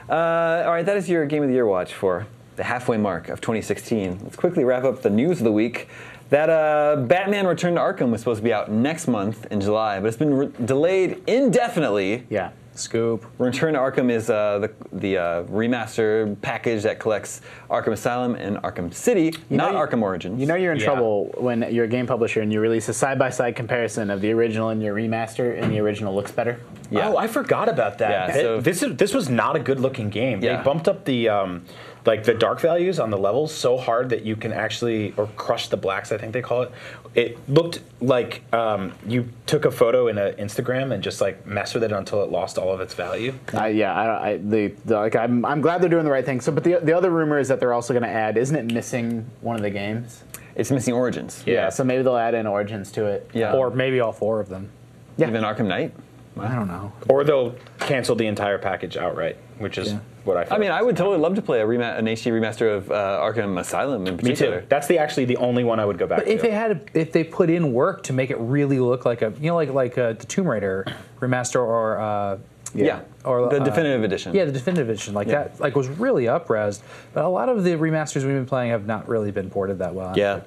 Speaker 4: Uh, all right, that is your Game of the Year watch for the halfway mark of 2016. Let's quickly wrap up the news of the week. That uh, Batman Return to Arkham was supposed to be out next month in July, but it's been re- delayed indefinitely.
Speaker 6: Yeah.
Speaker 5: Scoop.
Speaker 4: Return to Arkham is uh, the, the uh, remaster package that collects Arkham Asylum and Arkham City, not
Speaker 6: you-
Speaker 4: Arkham Origins.
Speaker 6: You know you're in
Speaker 3: Yeah.
Speaker 6: trouble when you're a game publisher and you release a side-by-side comparison of the original and your remaster, and the original looks better.
Speaker 4: Yeah.
Speaker 3: Oh, I forgot about that.
Speaker 4: Yeah,
Speaker 3: Th-
Speaker 4: so-
Speaker 3: this is, this was not a good looking game.
Speaker 4: Yeah.
Speaker 3: They bumped up the um, like the dark values on the levels so hard that you can actually or crush the blacks. I think they call it. It looked like um, you took a photo in an Instagram and just like messed with it until it lost all of its value.
Speaker 6: I, yeah, I, I, the, the, like, I'm, I'm glad they're doing the right thing. So, but the, the other rumor is that they're also going to add, isn't it missing one of the games?
Speaker 4: it's missing Origins.
Speaker 3: Yeah.
Speaker 6: So maybe they'll add in Origins to it.
Speaker 4: Yeah.
Speaker 5: Or maybe all four of them.
Speaker 4: even Arkham Knight.
Speaker 5: I don't know.
Speaker 3: Or they'll cancel the entire package outright, which is what I.
Speaker 4: I
Speaker 3: feel
Speaker 4: mean,
Speaker 3: like
Speaker 4: I
Speaker 3: is
Speaker 4: would
Speaker 3: gonna
Speaker 4: totally love to play a rema- an HD remaster of uh, Arkham Asylum in
Speaker 3: happen. Me
Speaker 4: particular.
Speaker 3: too. That's the actually the only one I would go back
Speaker 5: But
Speaker 3: to.
Speaker 5: if they had, if they put in work to make it really look like a, you know, like like uh, the Tomb Raider remaster or uh,
Speaker 4: Yeah.
Speaker 5: Or,
Speaker 4: the
Speaker 5: uh,
Speaker 4: definitive edition.
Speaker 5: yeah, the definitive edition, like
Speaker 4: Yeah.
Speaker 5: that, like was really upresed. But a lot of the remasters we've been playing have not really been ported that well.
Speaker 4: yeah.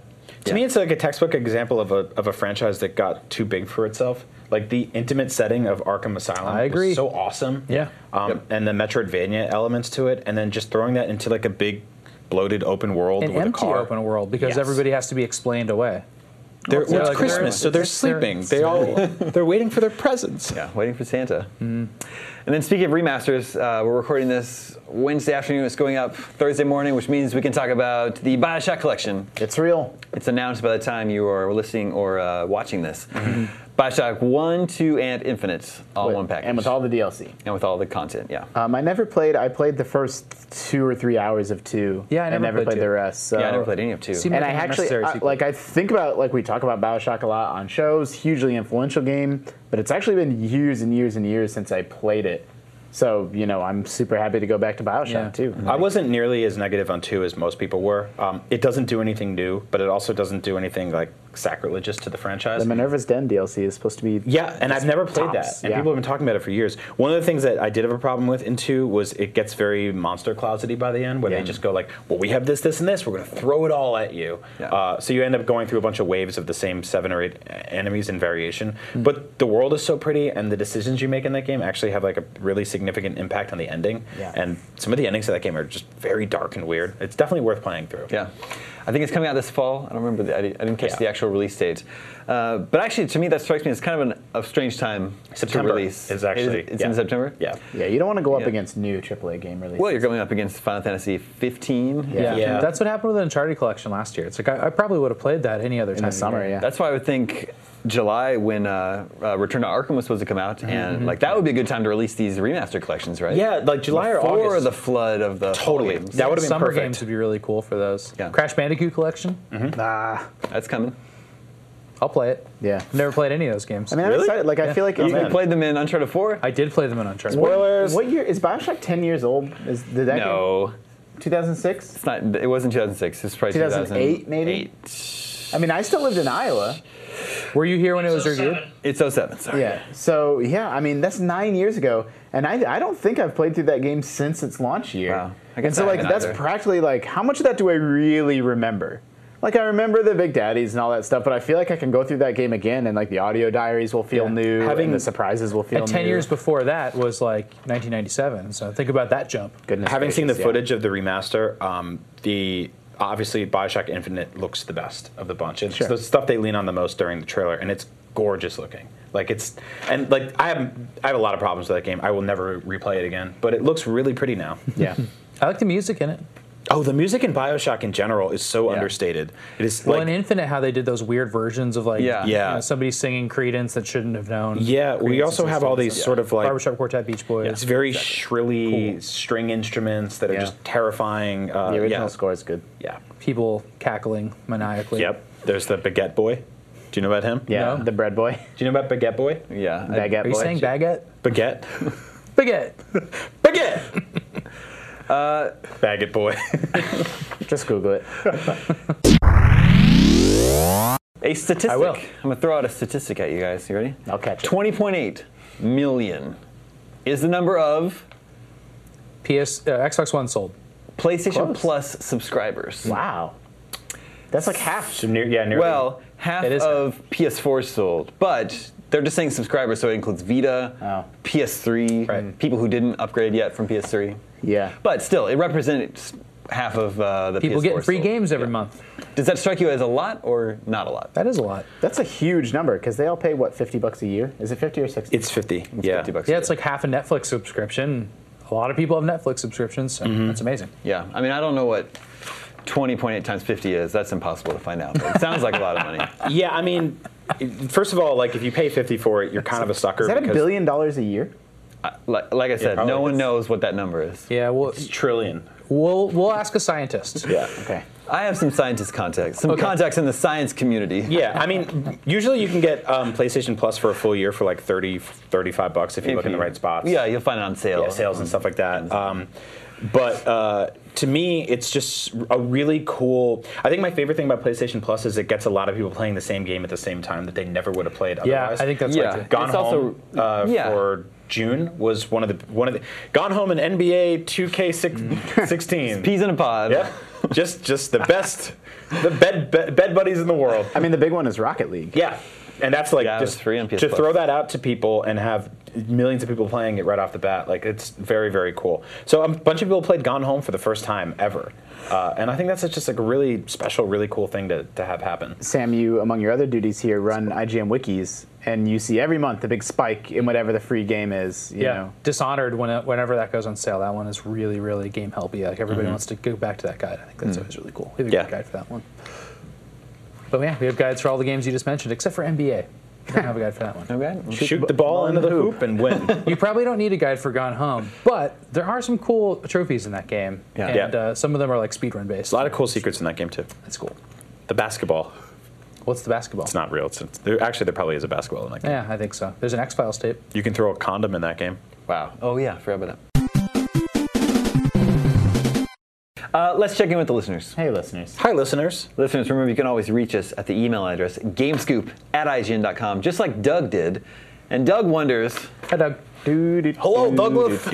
Speaker 3: To me, it's like a textbook example of a, of a franchise that got too big for itself. Like the intimate setting of Arkham Asylum
Speaker 5: I agree.
Speaker 3: was so awesome.
Speaker 5: Yeah.
Speaker 3: Um,
Speaker 4: Yep.
Speaker 3: And the Metroidvania elements to it, and then just throwing that into like a big bloated open world
Speaker 5: an
Speaker 3: with a
Speaker 5: empty
Speaker 3: car.
Speaker 5: open world because
Speaker 3: Yes.
Speaker 5: everybody has to be explained away.
Speaker 3: They're,
Speaker 5: Yeah,
Speaker 3: well, it's
Speaker 5: like they're-
Speaker 3: Christmas, so they're
Speaker 5: they're-
Speaker 3: sleeping. They all they're waiting for their presents.
Speaker 4: Yeah, waiting for Santa. And then speaking of remasters, uh, we're recording this Wednesday afternoon. It's going up Thursday morning, which means we can talk about the Bioshock collection.
Speaker 6: It's real.
Speaker 4: It's announced by the time you are listening or uh, watching this.
Speaker 3: Mm-hmm.
Speaker 4: Bioshock 1, 2, and Infinite, all in one package.
Speaker 6: And with all the DLC.
Speaker 4: And with all the content, yeah.
Speaker 3: Uh,
Speaker 6: Um, I never played. I played the first two or three hours of two.
Speaker 5: Yeah, I never
Speaker 6: never
Speaker 5: played
Speaker 6: played
Speaker 5: two.
Speaker 6: the rest. So.
Speaker 4: yeah, I never played any of two.
Speaker 5: See,
Speaker 6: And I
Speaker 5: Like an
Speaker 6: actually
Speaker 5: unnecessary
Speaker 6: I-
Speaker 5: sequel.
Speaker 6: like. I think about like we talk about Bioshock a lot on shows. Hugely influential game, but it's actually been years and years and years since I played it. So you know, I'm super happy to go back to Bioshock
Speaker 5: Yeah.
Speaker 6: too.
Speaker 3: I wasn't nearly as negative on two as most people were. Um, it doesn't do anything new, but it also doesn't do anything like sacrilegious to the franchise.
Speaker 6: The Minerva's Den DLC is supposed to be.
Speaker 3: Yeah, and I've never played
Speaker 6: tops,
Speaker 3: that. And
Speaker 6: yeah.
Speaker 3: people have been talking about it for years. One of the things that I did have a problem with in two was it gets very monster clousety by the end, where
Speaker 6: Yeah.
Speaker 3: they just go like, "Well, we have this, this, and this. We're going to throw it all at you."
Speaker 4: Yeah.
Speaker 3: Uh, so you end up going through a bunch of waves of the same seven or eight e- enemies in variation.
Speaker 4: Hmm.
Speaker 3: But the world is so pretty, and the decisions you make in that game actually have like a really significant impact on the ending.
Speaker 6: Yeah.
Speaker 3: And some of the endings of that game are just very dark and weird. It's definitely worth playing through.
Speaker 4: Yeah, I think it's coming out this fall. I don't remember. The, I, didn't, I didn't catch
Speaker 3: Yeah.
Speaker 4: the actual release date. Uh, but actually, to me, that strikes me as kind of an, a strange time
Speaker 3: September
Speaker 4: to release.
Speaker 3: is actually-
Speaker 4: it's in
Speaker 3: yeah.
Speaker 4: September.
Speaker 3: Yeah.
Speaker 6: Yeah, you don't want to go up
Speaker 4: Yeah.
Speaker 6: against new AAA game releases.
Speaker 4: Well, you're going up against Final Fantasy 15.
Speaker 5: yeah.
Speaker 3: Yeah.
Speaker 5: that's what happened with the Uncharted collection last year. It's like I, I probably would have played that any other time
Speaker 6: in the
Speaker 5: of
Speaker 6: summer,
Speaker 5: year.
Speaker 6: yeah.
Speaker 4: That's why I would think July, when uh, uh, Return to Arkham was supposed to come out, and like that would be a good time to release these remaster collections, right?
Speaker 3: Mm-hmm. Yeah, like July or
Speaker 4: Before
Speaker 3: August.
Speaker 4: the flood of the fall
Speaker 3: Totally.
Speaker 4: games.
Speaker 3: That would have been
Speaker 5: Summer
Speaker 3: perfect.
Speaker 5: games would be really cool for those.
Speaker 4: Yeah.
Speaker 5: Crash Bandicoot collection.
Speaker 6: Ah,
Speaker 4: That's coming.
Speaker 3: Oh,
Speaker 5: I'll play it.
Speaker 6: yeah.
Speaker 5: Never played any of those games.
Speaker 6: I mean, I'm
Speaker 3: Really?
Speaker 6: excited. Like, I
Speaker 5: Yeah.
Speaker 6: feel like
Speaker 4: You,
Speaker 6: it's
Speaker 4: you
Speaker 6: been-
Speaker 4: played them in Uncharted 4?
Speaker 5: I did play them in Uncharted.
Speaker 3: Spoilers.
Speaker 6: What year is Bioshock? Ten years old? Is did that?
Speaker 4: no,
Speaker 6: Two thousand six.
Speaker 4: it's not. It wasn't 2006. It's probably
Speaker 6: 2008 maybe?
Speaker 4: 2008.
Speaker 6: I mean, I still lived in Iowa.
Speaker 5: Were you here when it was reviewed?
Speaker 4: It's 07, sorry.
Speaker 6: Yeah. So yeah, I mean that's nine years ago, and I, I don't think I've played through that game since its launch year.
Speaker 4: Wow. I
Speaker 6: And
Speaker 4: guess
Speaker 6: so
Speaker 4: I
Speaker 6: like
Speaker 4: haven't
Speaker 6: that's
Speaker 4: either.
Speaker 6: practically like how much of that do I really remember? Like I remember the Big Daddies and all that stuff, but I feel like I can go through that game again, and like the audio diaries will feel new,
Speaker 3: Having-
Speaker 6: and the surprises will feel
Speaker 5: And ten
Speaker 6: new.
Speaker 5: years before that was like 1997. So think about that jump.
Speaker 6: Goodness
Speaker 3: Having seen the
Speaker 6: gracious, yeah.
Speaker 3: footage of the remaster, um, the obviously Bioshock Infinite looks the best of the bunch. It's
Speaker 6: Sure.
Speaker 3: the stuff they lean on the most during the trailer, and it's gorgeous looking. Like it's and like I have I have a lot of problems with that game. I will never replay it again. But it looks really pretty now.
Speaker 6: Yeah.
Speaker 5: I like the music in it.
Speaker 3: Oh, the music in Bioshock in general is so
Speaker 4: Yeah.
Speaker 3: understated. It is
Speaker 5: Well,
Speaker 3: like
Speaker 5: in Infinite, how they did those weird versions of like
Speaker 4: Yeah.
Speaker 5: you
Speaker 3: Yeah.
Speaker 5: know, somebody singing Credence that shouldn't have known.
Speaker 3: yeah. We
Speaker 5: Creedence
Speaker 3: also have
Speaker 5: existed.
Speaker 3: all these sort of like
Speaker 5: barbershop quartet, Beach Boys.
Speaker 3: it's very shrilly string instruments that are
Speaker 6: Yeah.
Speaker 3: just terrifying. Uh,
Speaker 6: The original
Speaker 3: yeah.
Speaker 6: score is good.
Speaker 3: Yeah.
Speaker 5: people cackling maniacally.
Speaker 3: Yep. There's the Baguette Boy. Do you know about him?
Speaker 6: Yeah.
Speaker 5: No.
Speaker 6: The bread boy.
Speaker 3: Do you know about Baguette Boy?
Speaker 4: Yeah. I-
Speaker 6: Baguette
Speaker 5: Are you
Speaker 6: boy.
Speaker 5: saying baguette?
Speaker 3: Baguette.
Speaker 5: Baguette.
Speaker 3: Baguette. uh, Baguette Boy.
Speaker 6: Just Google it.
Speaker 4: A statistic. I
Speaker 5: will.
Speaker 4: am gonna throw out a statistic at you guys. You ready?
Speaker 6: I'll catch it.
Speaker 4: 20.8 million is the number of
Speaker 5: PS uh, Xbox One sold.
Speaker 4: PlayStation
Speaker 6: Close.
Speaker 4: Plus subscribers.
Speaker 6: Wow. That's like half.
Speaker 3: so near, yeah, near.
Speaker 4: Well, half
Speaker 5: It is
Speaker 4: of PS4 sold, but they're just saying subscribers, so it includes Vita,
Speaker 6: Oh.
Speaker 4: PS3,
Speaker 3: Right.
Speaker 4: people who didn't upgrade yet from PS3.
Speaker 6: Yeah.
Speaker 4: But still, it represents half of uh, the
Speaker 5: People
Speaker 4: PS4
Speaker 5: getting free
Speaker 4: sold.
Speaker 5: games every month.
Speaker 4: Does that strike you as a lot or not a lot?
Speaker 5: That is a lot.
Speaker 6: That's a huge number because they all pay what fifty bucks a year. Is it fifty or sixty?
Speaker 3: it's fifty. yeah.
Speaker 4: 50 bucks.
Speaker 5: Yeah, it's like half a Netflix subscription. A lot of people have Netflix subscriptions. So
Speaker 3: Mm-hmm.
Speaker 5: That's amazing.
Speaker 4: Yeah, I mean, I don't know what 20.8 times 50 is. That's impossible to find out. But it sounds like a lot of money.
Speaker 3: Yeah. I mean, first of all, like if you pay fifty for it, you're kind of a sucker.
Speaker 6: is that a
Speaker 3: because
Speaker 6: billion dollars a year?
Speaker 4: I- Like, like I said,
Speaker 3: probably
Speaker 4: no one
Speaker 3: is.
Speaker 4: knows what that number is.
Speaker 5: Yeah, we'll
Speaker 3: It's trillion.
Speaker 5: we'll, we'll ask a scientist.
Speaker 3: Yeah.
Speaker 6: Okay.
Speaker 4: I have some scientist contacts, some
Speaker 5: Okay.
Speaker 4: contacts in the science community.
Speaker 3: Yeah, I mean, usually you can get um, PlayStation Plus for a full year for like 30, 35 bucks if you look in the right spots.
Speaker 4: Yeah, you'll find it on sale.
Speaker 3: Yeah, sales and stuff like that. Um, but uh, to me, it's just a really cool. I think my favorite thing about PlayStation Plus is it gets a lot of people playing the same game at the same time that they never would have played
Speaker 5: Yeah,
Speaker 3: otherwise.
Speaker 5: I think that's
Speaker 4: Yeah.
Speaker 5: right. too.
Speaker 3: Gone
Speaker 4: It's also-
Speaker 3: Home uh,
Speaker 4: yeah.
Speaker 3: for June was one of the one of the Gone Home and NBA 2K16.
Speaker 4: Peas in a pod.
Speaker 3: yeah, just just the best, the bed, bed bed buddies in the world.
Speaker 6: I mean, the big one is Rocket League.
Speaker 3: Yeah. And that's like
Speaker 4: Yeah, it was
Speaker 3: just
Speaker 4: free on PS
Speaker 3: to
Speaker 4: Plus.
Speaker 3: throw that out to people and have millions of people playing it right off the bat. Like it's very very cool. So a bunch of people played Gone Home for the first time ever, uh, and I think that's just like a really special, really cool thing to, to have happen.
Speaker 6: Sam, you among your other duties here run IGN wikis, and you see every month a big spike in whatever the free game is. You
Speaker 5: Yeah,
Speaker 6: know.
Speaker 5: Dishonored. When whenever that goes on sale, that one is really, really game helpy. Like everybody wants to go back to that guide. I think that's always really cool. We have a
Speaker 3: Mm-hmm. Mm. Yeah.
Speaker 5: good guide for that one. But yeah, we have guides for all the games you just mentioned, except for NBA. We don't have a guide for that one.
Speaker 4: Okay.
Speaker 3: Shoot, the ball into the hoop, and win.
Speaker 5: You probably don't need a guide for Gone Home, but there are some cool trophies in that game,
Speaker 4: Yeah.
Speaker 5: and
Speaker 3: Yeah.
Speaker 5: Uh, some of them are like speedrun based.
Speaker 3: a lot of cool secrets in that game too.
Speaker 5: That's cool.
Speaker 3: The basketball.
Speaker 5: What's the basketball?
Speaker 3: It's not real. It's, it's- there, actually, there probably is a basketball in that game.
Speaker 5: Yeah, I think so. There's an X Files tape.
Speaker 3: You can throw a condom in that game.
Speaker 4: Wow. Oh yeah, I forgot about that. Uh, let's check in with the listeners.
Speaker 6: Hey, listeners.
Speaker 3: Hi, listeners.
Speaker 4: Listeners, remember you can always reach us at the email address gamescoop at IGN.com, just like Doug did. And Doug wonders.
Speaker 5: Hi, Doug.
Speaker 3: Hello, Douglas.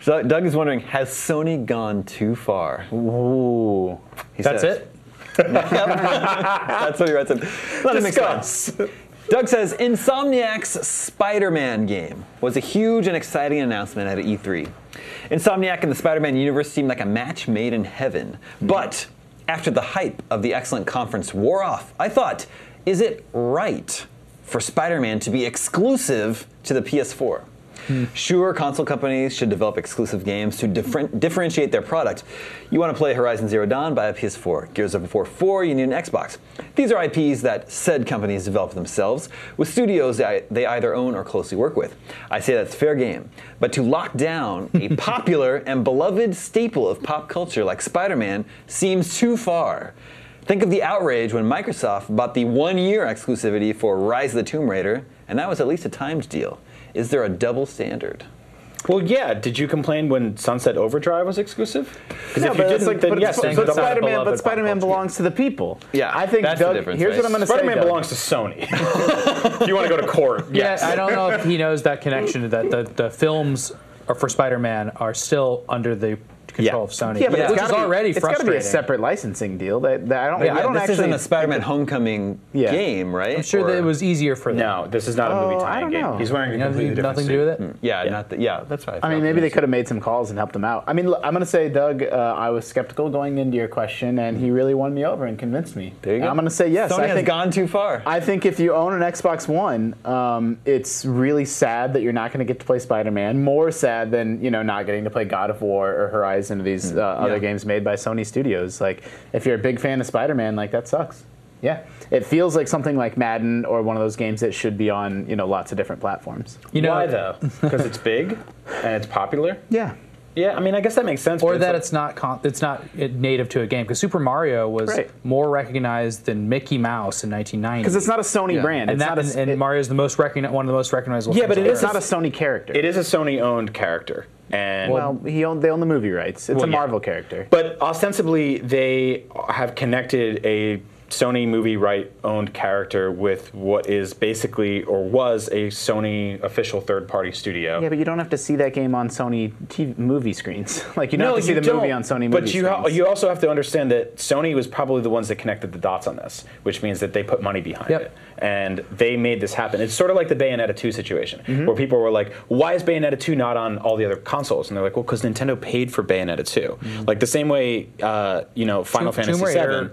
Speaker 4: So Doug is wondering, has Sony gone too far? Ooh. He
Speaker 5: That's
Speaker 4: says.
Speaker 5: it.
Speaker 4: That's what he writes in. Let him explain. Doug says Insomniac's Spider Man game was a huge and exciting announcement at E3. Insomniac and the Spider Man universe seemed like a match made in heaven. But after the hype of the excellent conference wore off, I thought, is it right for Spider Man to be exclusive to the PS4? Sure, console companies should develop exclusive games to different, differentiate their product. You want to play Horizon Zero Dawn, buy a PS4. Gears of War 4, you need an Xbox. These are IPs that said companies develop themselves with studios that they either own or closely work with. I say that's fair game. But to lock down a popular and beloved staple of pop culture like Spider Man seems too far. Think of the outrage when Microsoft bought the one year exclusivity for Rise of the Tomb Raider, and that was at least a timed deal. Is there a double standard?
Speaker 3: Well, yeah. Did you complain when Sunset Overdrive was exclusive? Because
Speaker 6: No,
Speaker 3: if you
Speaker 6: but it's
Speaker 3: didn't,
Speaker 6: like,
Speaker 3: then
Speaker 6: but
Speaker 3: yes,
Speaker 6: it's-
Speaker 3: there's
Speaker 6: but
Speaker 3: a double
Speaker 6: Spider-Man,
Speaker 3: beloved
Speaker 6: but Spider-Man
Speaker 3: pop culture.
Speaker 6: belongs to the people.
Speaker 4: Yeah,
Speaker 6: I think
Speaker 4: that's the
Speaker 6: Doug.
Speaker 4: difference,
Speaker 6: here's
Speaker 4: right?
Speaker 6: what I'm going to say.
Speaker 3: Spider-Man
Speaker 6: Doug.
Speaker 3: belongs to Sony. if you want to go to court, yes.
Speaker 5: Yeah, I don't know if he knows that connection that the, the films are for Spider Man are still under the control
Speaker 4: Yeah.
Speaker 5: of Sony,
Speaker 6: Yeah, but it's
Speaker 5: which is
Speaker 6: gotta be-
Speaker 5: already
Speaker 6: it's gotta
Speaker 5: frustrating.
Speaker 6: be a separate licensing deal. That, that I don't.
Speaker 5: Yeah,
Speaker 6: I don't
Speaker 4: this
Speaker 6: actually.
Speaker 4: isn't a Spider-Man Homecoming
Speaker 6: Yeah.
Speaker 4: game, right?
Speaker 5: I'm sure that it was easier for them.
Speaker 3: No, this is not a
Speaker 6: Oh,
Speaker 3: movie
Speaker 6: I
Speaker 3: tie-in
Speaker 6: don't
Speaker 3: game.
Speaker 6: know.
Speaker 3: He's wearing a completely
Speaker 5: Nothing,
Speaker 3: different
Speaker 5: nothing to
Speaker 3: suit.
Speaker 5: do with it.
Speaker 4: Yeah, not that. Yeah, that's right.
Speaker 6: I mean, maybe they could have made some calls and helped him out. I mean, look, I'm going to say, Doug, uh, I was skeptical going into your question, and he really won me over and convinced me.
Speaker 4: There you go.
Speaker 6: I'm going to say yes.
Speaker 4: Sony
Speaker 6: I
Speaker 4: has
Speaker 6: think
Speaker 4: gone too far.
Speaker 6: I think if you own an Xbox One, um, it's really sad that you're not going to get to play Spider-Man. More sad than you know not getting to play God of War or Horizon or these uh, other
Speaker 4: Yeah.
Speaker 6: games made by Sony Studios. Like, if you're a big fan of Spider-Man, like that sucks. Yeah, it feels like something like Madden or one of those games that should be on you know lots of different platforms.
Speaker 5: You know,
Speaker 3: Why though? Because it's big and it's popular.
Speaker 6: Yeah,
Speaker 3: Yeah, I mean, I guess that makes sense. but
Speaker 5: or that
Speaker 3: like-
Speaker 5: it's not con- it's not it- native to a game because Super Mario was
Speaker 6: Right.
Speaker 5: more recognized than Mickey Mouse in 1990.
Speaker 6: because it's not a Sony
Speaker 4: Yeah.
Speaker 6: brand.
Speaker 5: and
Speaker 6: it's
Speaker 5: that
Speaker 6: not a,
Speaker 5: and, and
Speaker 6: it-
Speaker 5: Mario's the most recogni- one of the most recognizable.
Speaker 3: Yeah, but
Speaker 5: things
Speaker 3: it
Speaker 5: on
Speaker 3: is
Speaker 6: it's
Speaker 5: Earth.
Speaker 6: not a Sony character.
Speaker 3: it is a Sony-owned character, and
Speaker 6: well, he owned they own the movie rights. It's
Speaker 3: Well,
Speaker 6: a
Speaker 3: yeah.
Speaker 6: Marvel character.
Speaker 3: But ostensibly, they have connected a Sony movie right owned character with what is basically or was a Sony official third party studio.
Speaker 6: Yeah, but you don't have to see that game on Sony TV movie screens. Like you don't have to see the movie on Sony movie
Speaker 3: But you, ha-
Speaker 6: screens.
Speaker 3: you also have to understand that Sony was probably the ones that connected the dots on this, which means that they put money behind
Speaker 5: Yep.
Speaker 3: it. And they made this happen. It's sort of like the Bayonetta 2 situation,
Speaker 6: Mm-hmm.
Speaker 3: where people were like, why is Bayonetta 2 not on all the other consoles? And they're like, well, because Nintendo paid for Bayonetta 2.
Speaker 6: Mm-hmm.
Speaker 3: Like the same way, uh, you know, Final
Speaker 5: Tomb-
Speaker 3: Fantasy
Speaker 5: Tomb Raider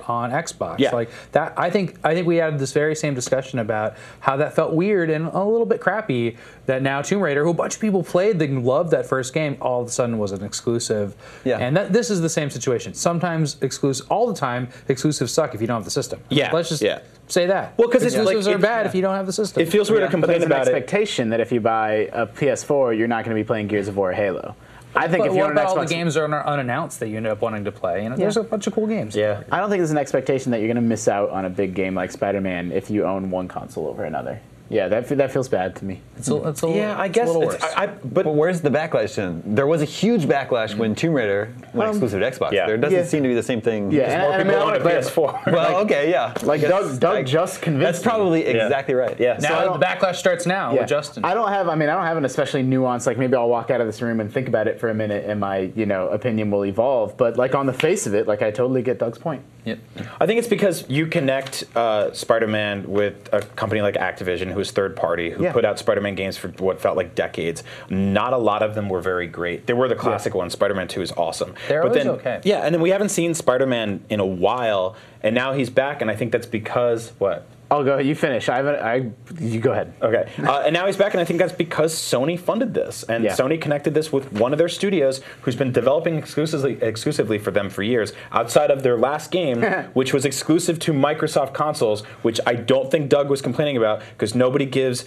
Speaker 5: 2 on Xbox.
Speaker 3: Yeah.
Speaker 5: Like that I think I think we had this very same discussion about how that felt weird and a little bit crappy that now Tomb Raider, who a bunch of people played, they loved that first game, all of a sudden was an exclusive.
Speaker 4: Yeah.
Speaker 5: And that this is the same situation. Sometimes exclusive all the time, exclusives suck if you don't have the system.
Speaker 3: Yeah,
Speaker 5: Let's just
Speaker 3: yeah.
Speaker 5: say that.
Speaker 3: Well, 'cause it's like-
Speaker 5: exclusives are
Speaker 3: it-
Speaker 5: bad if you don't have the system.
Speaker 3: It feels weird to
Speaker 6: but
Speaker 3: complain
Speaker 6: there's an
Speaker 3: about it.
Speaker 6: expectation that if you buy a PS4, you're not going to be playing Gears of War or Halo. I think
Speaker 5: but
Speaker 6: if you
Speaker 5: what
Speaker 6: own an
Speaker 5: about all the
Speaker 6: Xbox,
Speaker 5: games that are unannounced that you end up wanting to play? You know, there's a bunch of cool games.
Speaker 3: Yeah.
Speaker 6: I don't think there's an expectation that you're going to miss out on a big game like Spider-Man if you own one console over another. Yeah, that fe- that feels bad to me.
Speaker 5: It's a, it's a
Speaker 3: Yeah, I guess.
Speaker 5: it's a little
Speaker 3: it's-
Speaker 5: worse.
Speaker 3: I, I, but
Speaker 4: But where's the backlash then? There was a huge backlash when Tomb Raider went exclusive to Xbox.
Speaker 3: yeah.
Speaker 4: There doesn't
Speaker 6: Um, Yeah.
Speaker 4: seem to be the same thing.
Speaker 6: Yeah, and, and I mean, I
Speaker 3: on
Speaker 6: want
Speaker 3: a
Speaker 6: to play it.
Speaker 3: PS4.
Speaker 4: Well, okay, yeah.
Speaker 6: Like
Speaker 4: Yes,
Speaker 6: Doug, Doug
Speaker 4: I-
Speaker 6: just convinced.
Speaker 4: That's
Speaker 6: me.
Speaker 4: probably
Speaker 3: Yeah.
Speaker 4: exactly right.
Speaker 3: Yeah.
Speaker 5: now
Speaker 6: I
Speaker 5: the
Speaker 6: don't-
Speaker 5: backlash starts now with Justin.
Speaker 6: I don't have. I mean, I don't have an especially nuanced. Like maybe I'll walk out of this room and think about it for a minute, and my you know opinion will evolve. But like on the face of it, like I totally get Doug's point.
Speaker 5: Yep.
Speaker 3: I think it's because you connect uh, Spider-Man with a company like Activision, who's third party, who
Speaker 6: Yeah.
Speaker 3: put out Spider-Man games for what felt like decades. Not a lot of them were very great. There were the classic ones. Spider-Man Two is awesome.
Speaker 5: They're
Speaker 3: but
Speaker 5: always
Speaker 3: then,
Speaker 5: okay.
Speaker 3: Yeah, and then we haven't seen Spider-Man in a while, and now he's back, and I think that's because what.
Speaker 6: I'll go. You finish. I haven't. I. You go ahead.
Speaker 3: Okay, uh, and now he's back, and I think that's because Sony funded this, and
Speaker 6: Yeah.
Speaker 3: Sony connected this with one of their studios, who's been developing exclusively exclusively for them for years, outside of their last game, which was exclusive to Microsoft consoles, which I don't think Doug was complaining about because nobody gives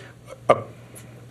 Speaker 3: a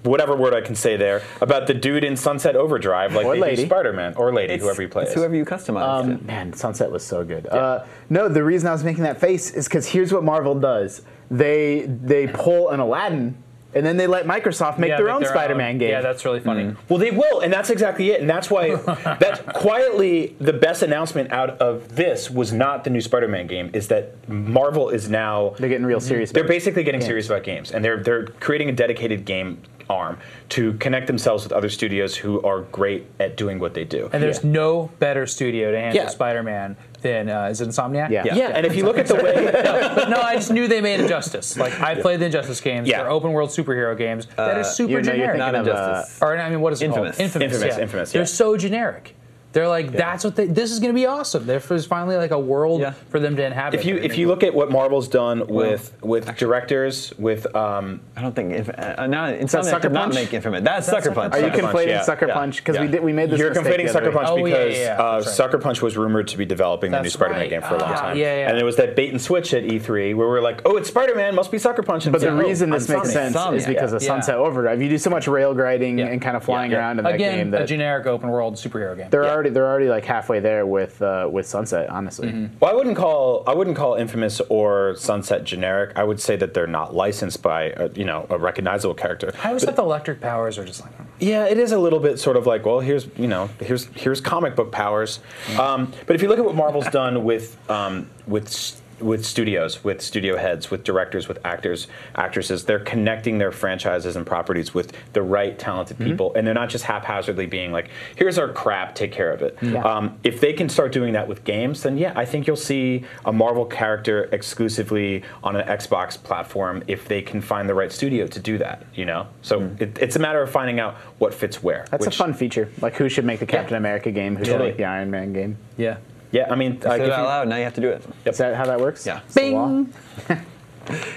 Speaker 3: whatever word I can say there about the dude in Sunset Overdrive, like
Speaker 6: Or
Speaker 3: they do
Speaker 6: lady.
Speaker 3: Spider-Man or lady, whoever he plays.
Speaker 4: It's whoever you customized it.
Speaker 6: Um, man, Sunset was so good. Uh, no, the reason I was making that face is because here's what Marvel does. They they pull an Aladdin, and then they let Microsoft make their own Spider-Man game.
Speaker 5: Yeah, that's really funny.
Speaker 3: Well, they will, and that's exactly it, and that's why that quietly the best announcement out of this was not the new Spider-Man game, is that Marvel is now
Speaker 6: they're getting real serious.
Speaker 3: they're
Speaker 6: about it.
Speaker 3: basically getting serious about games, and they're they're creating a dedicated game arm to connect themselves with other studios who are great at doing what they do.
Speaker 5: And there's
Speaker 6: Yeah.
Speaker 5: no better studio to handle
Speaker 3: Yeah.
Speaker 5: Spider-Man than uh, is it Insomniac?
Speaker 6: Yeah.
Speaker 3: yeah, and if you look at the way
Speaker 5: But no, I just knew they made Injustice. Like I played the Injustice games.
Speaker 3: Yeah.
Speaker 5: They're open-world superhero games that are super
Speaker 6: you know, you're
Speaker 5: generic.
Speaker 6: thinking of uh,
Speaker 4: Injustice.
Speaker 5: or I mean, what is it
Speaker 4: Infamous.
Speaker 5: called?
Speaker 3: Infamous, Infamous, yeah.
Speaker 5: They're so generic. They're like, that's what they. This is going to be awesome. There- There's finally like a world
Speaker 4: Yeah.
Speaker 5: for them to inhabit.
Speaker 3: if you if you look at what Marvel's done with with directors with um,
Speaker 4: I don't think if, uh, not
Speaker 6: that
Speaker 4: Insomniac
Speaker 6: Sucker
Speaker 4: did not
Speaker 6: Punch?
Speaker 4: make Infamous. That's Sucker
Speaker 5: Sucker
Speaker 4: Punch.
Speaker 6: are you
Speaker 3: Sucker Punch,
Speaker 6: conflating
Speaker 3: yeah,
Speaker 6: Sucker
Speaker 4: yeah,
Speaker 6: Punch? Because we
Speaker 3: yeah.
Speaker 6: did we made this.
Speaker 3: You're
Speaker 6: mistake
Speaker 3: conflating
Speaker 6: the other
Speaker 3: Sucker
Speaker 6: week.
Speaker 3: Punch
Speaker 5: Oh, yeah, yeah,
Speaker 3: because
Speaker 5: yeah,
Speaker 3: Uh,
Speaker 5: that's right.
Speaker 3: Sucker Punch was rumored to be developing the new
Speaker 5: That's
Speaker 3: Spider-Man
Speaker 5: right.
Speaker 3: game for a long
Speaker 5: Ah,
Speaker 3: time.
Speaker 5: yeah, yeah.
Speaker 3: And there was that bait and switch at E3 where we were like, "Oh, it's Spider-Man, must be Sucker Punch." And
Speaker 6: But
Speaker 3: it's
Speaker 6: the
Speaker 3: like, "Oh,
Speaker 6: reason this
Speaker 3: I'm
Speaker 6: makes
Speaker 3: Sonic."
Speaker 6: sense is
Speaker 4: Insomniac,
Speaker 6: because of
Speaker 5: yeah.
Speaker 6: Sunset Overdrive. You do so much rail grinding
Speaker 5: Yeah.
Speaker 6: and kind of flying
Speaker 3: yeah.
Speaker 6: around in that game
Speaker 5: again
Speaker 6: that
Speaker 5: a generic open-world superhero game.
Speaker 6: they're already they're already like halfway there with uh, with Sunset. Honestly,
Speaker 3: Well, I wouldn't call I wouldn't call Infamous or Sunset generic. I would say that they're not licensed by a, you know a recognizable character.
Speaker 5: I always thought the electric powers are just like. hmm.
Speaker 3: Yeah, it is a little bit sort of like, well, here's you know, here's here's comic book powers. Um, but if you look at what Marvel's done with um, with s- with studios, with studio heads, with directors, with actors, actresses. They're connecting their franchises and properties with the right talented people, and they're not just haphazardly being like, "Here's our crap, take care of it." Um, if they can start doing that with games, then yeah, I think you'll see a Marvel character exclusively on an Xbox platform if they can find the right studio to do that. You know, so
Speaker 4: Mm.
Speaker 3: it, it's a matter of finding out what fits where.
Speaker 6: That's
Speaker 3: which-
Speaker 6: a fun feature. Like who should make the Captain America game? Who should
Speaker 3: Totally.
Speaker 6: make the Iron Man game?
Speaker 5: Yeah.
Speaker 3: Yeah, I mean, like,
Speaker 4: Said it
Speaker 3: if you-
Speaker 4: out loud. Now you have to do it.
Speaker 6: Is that how that works?
Speaker 4: Yeah.
Speaker 6: It's the law.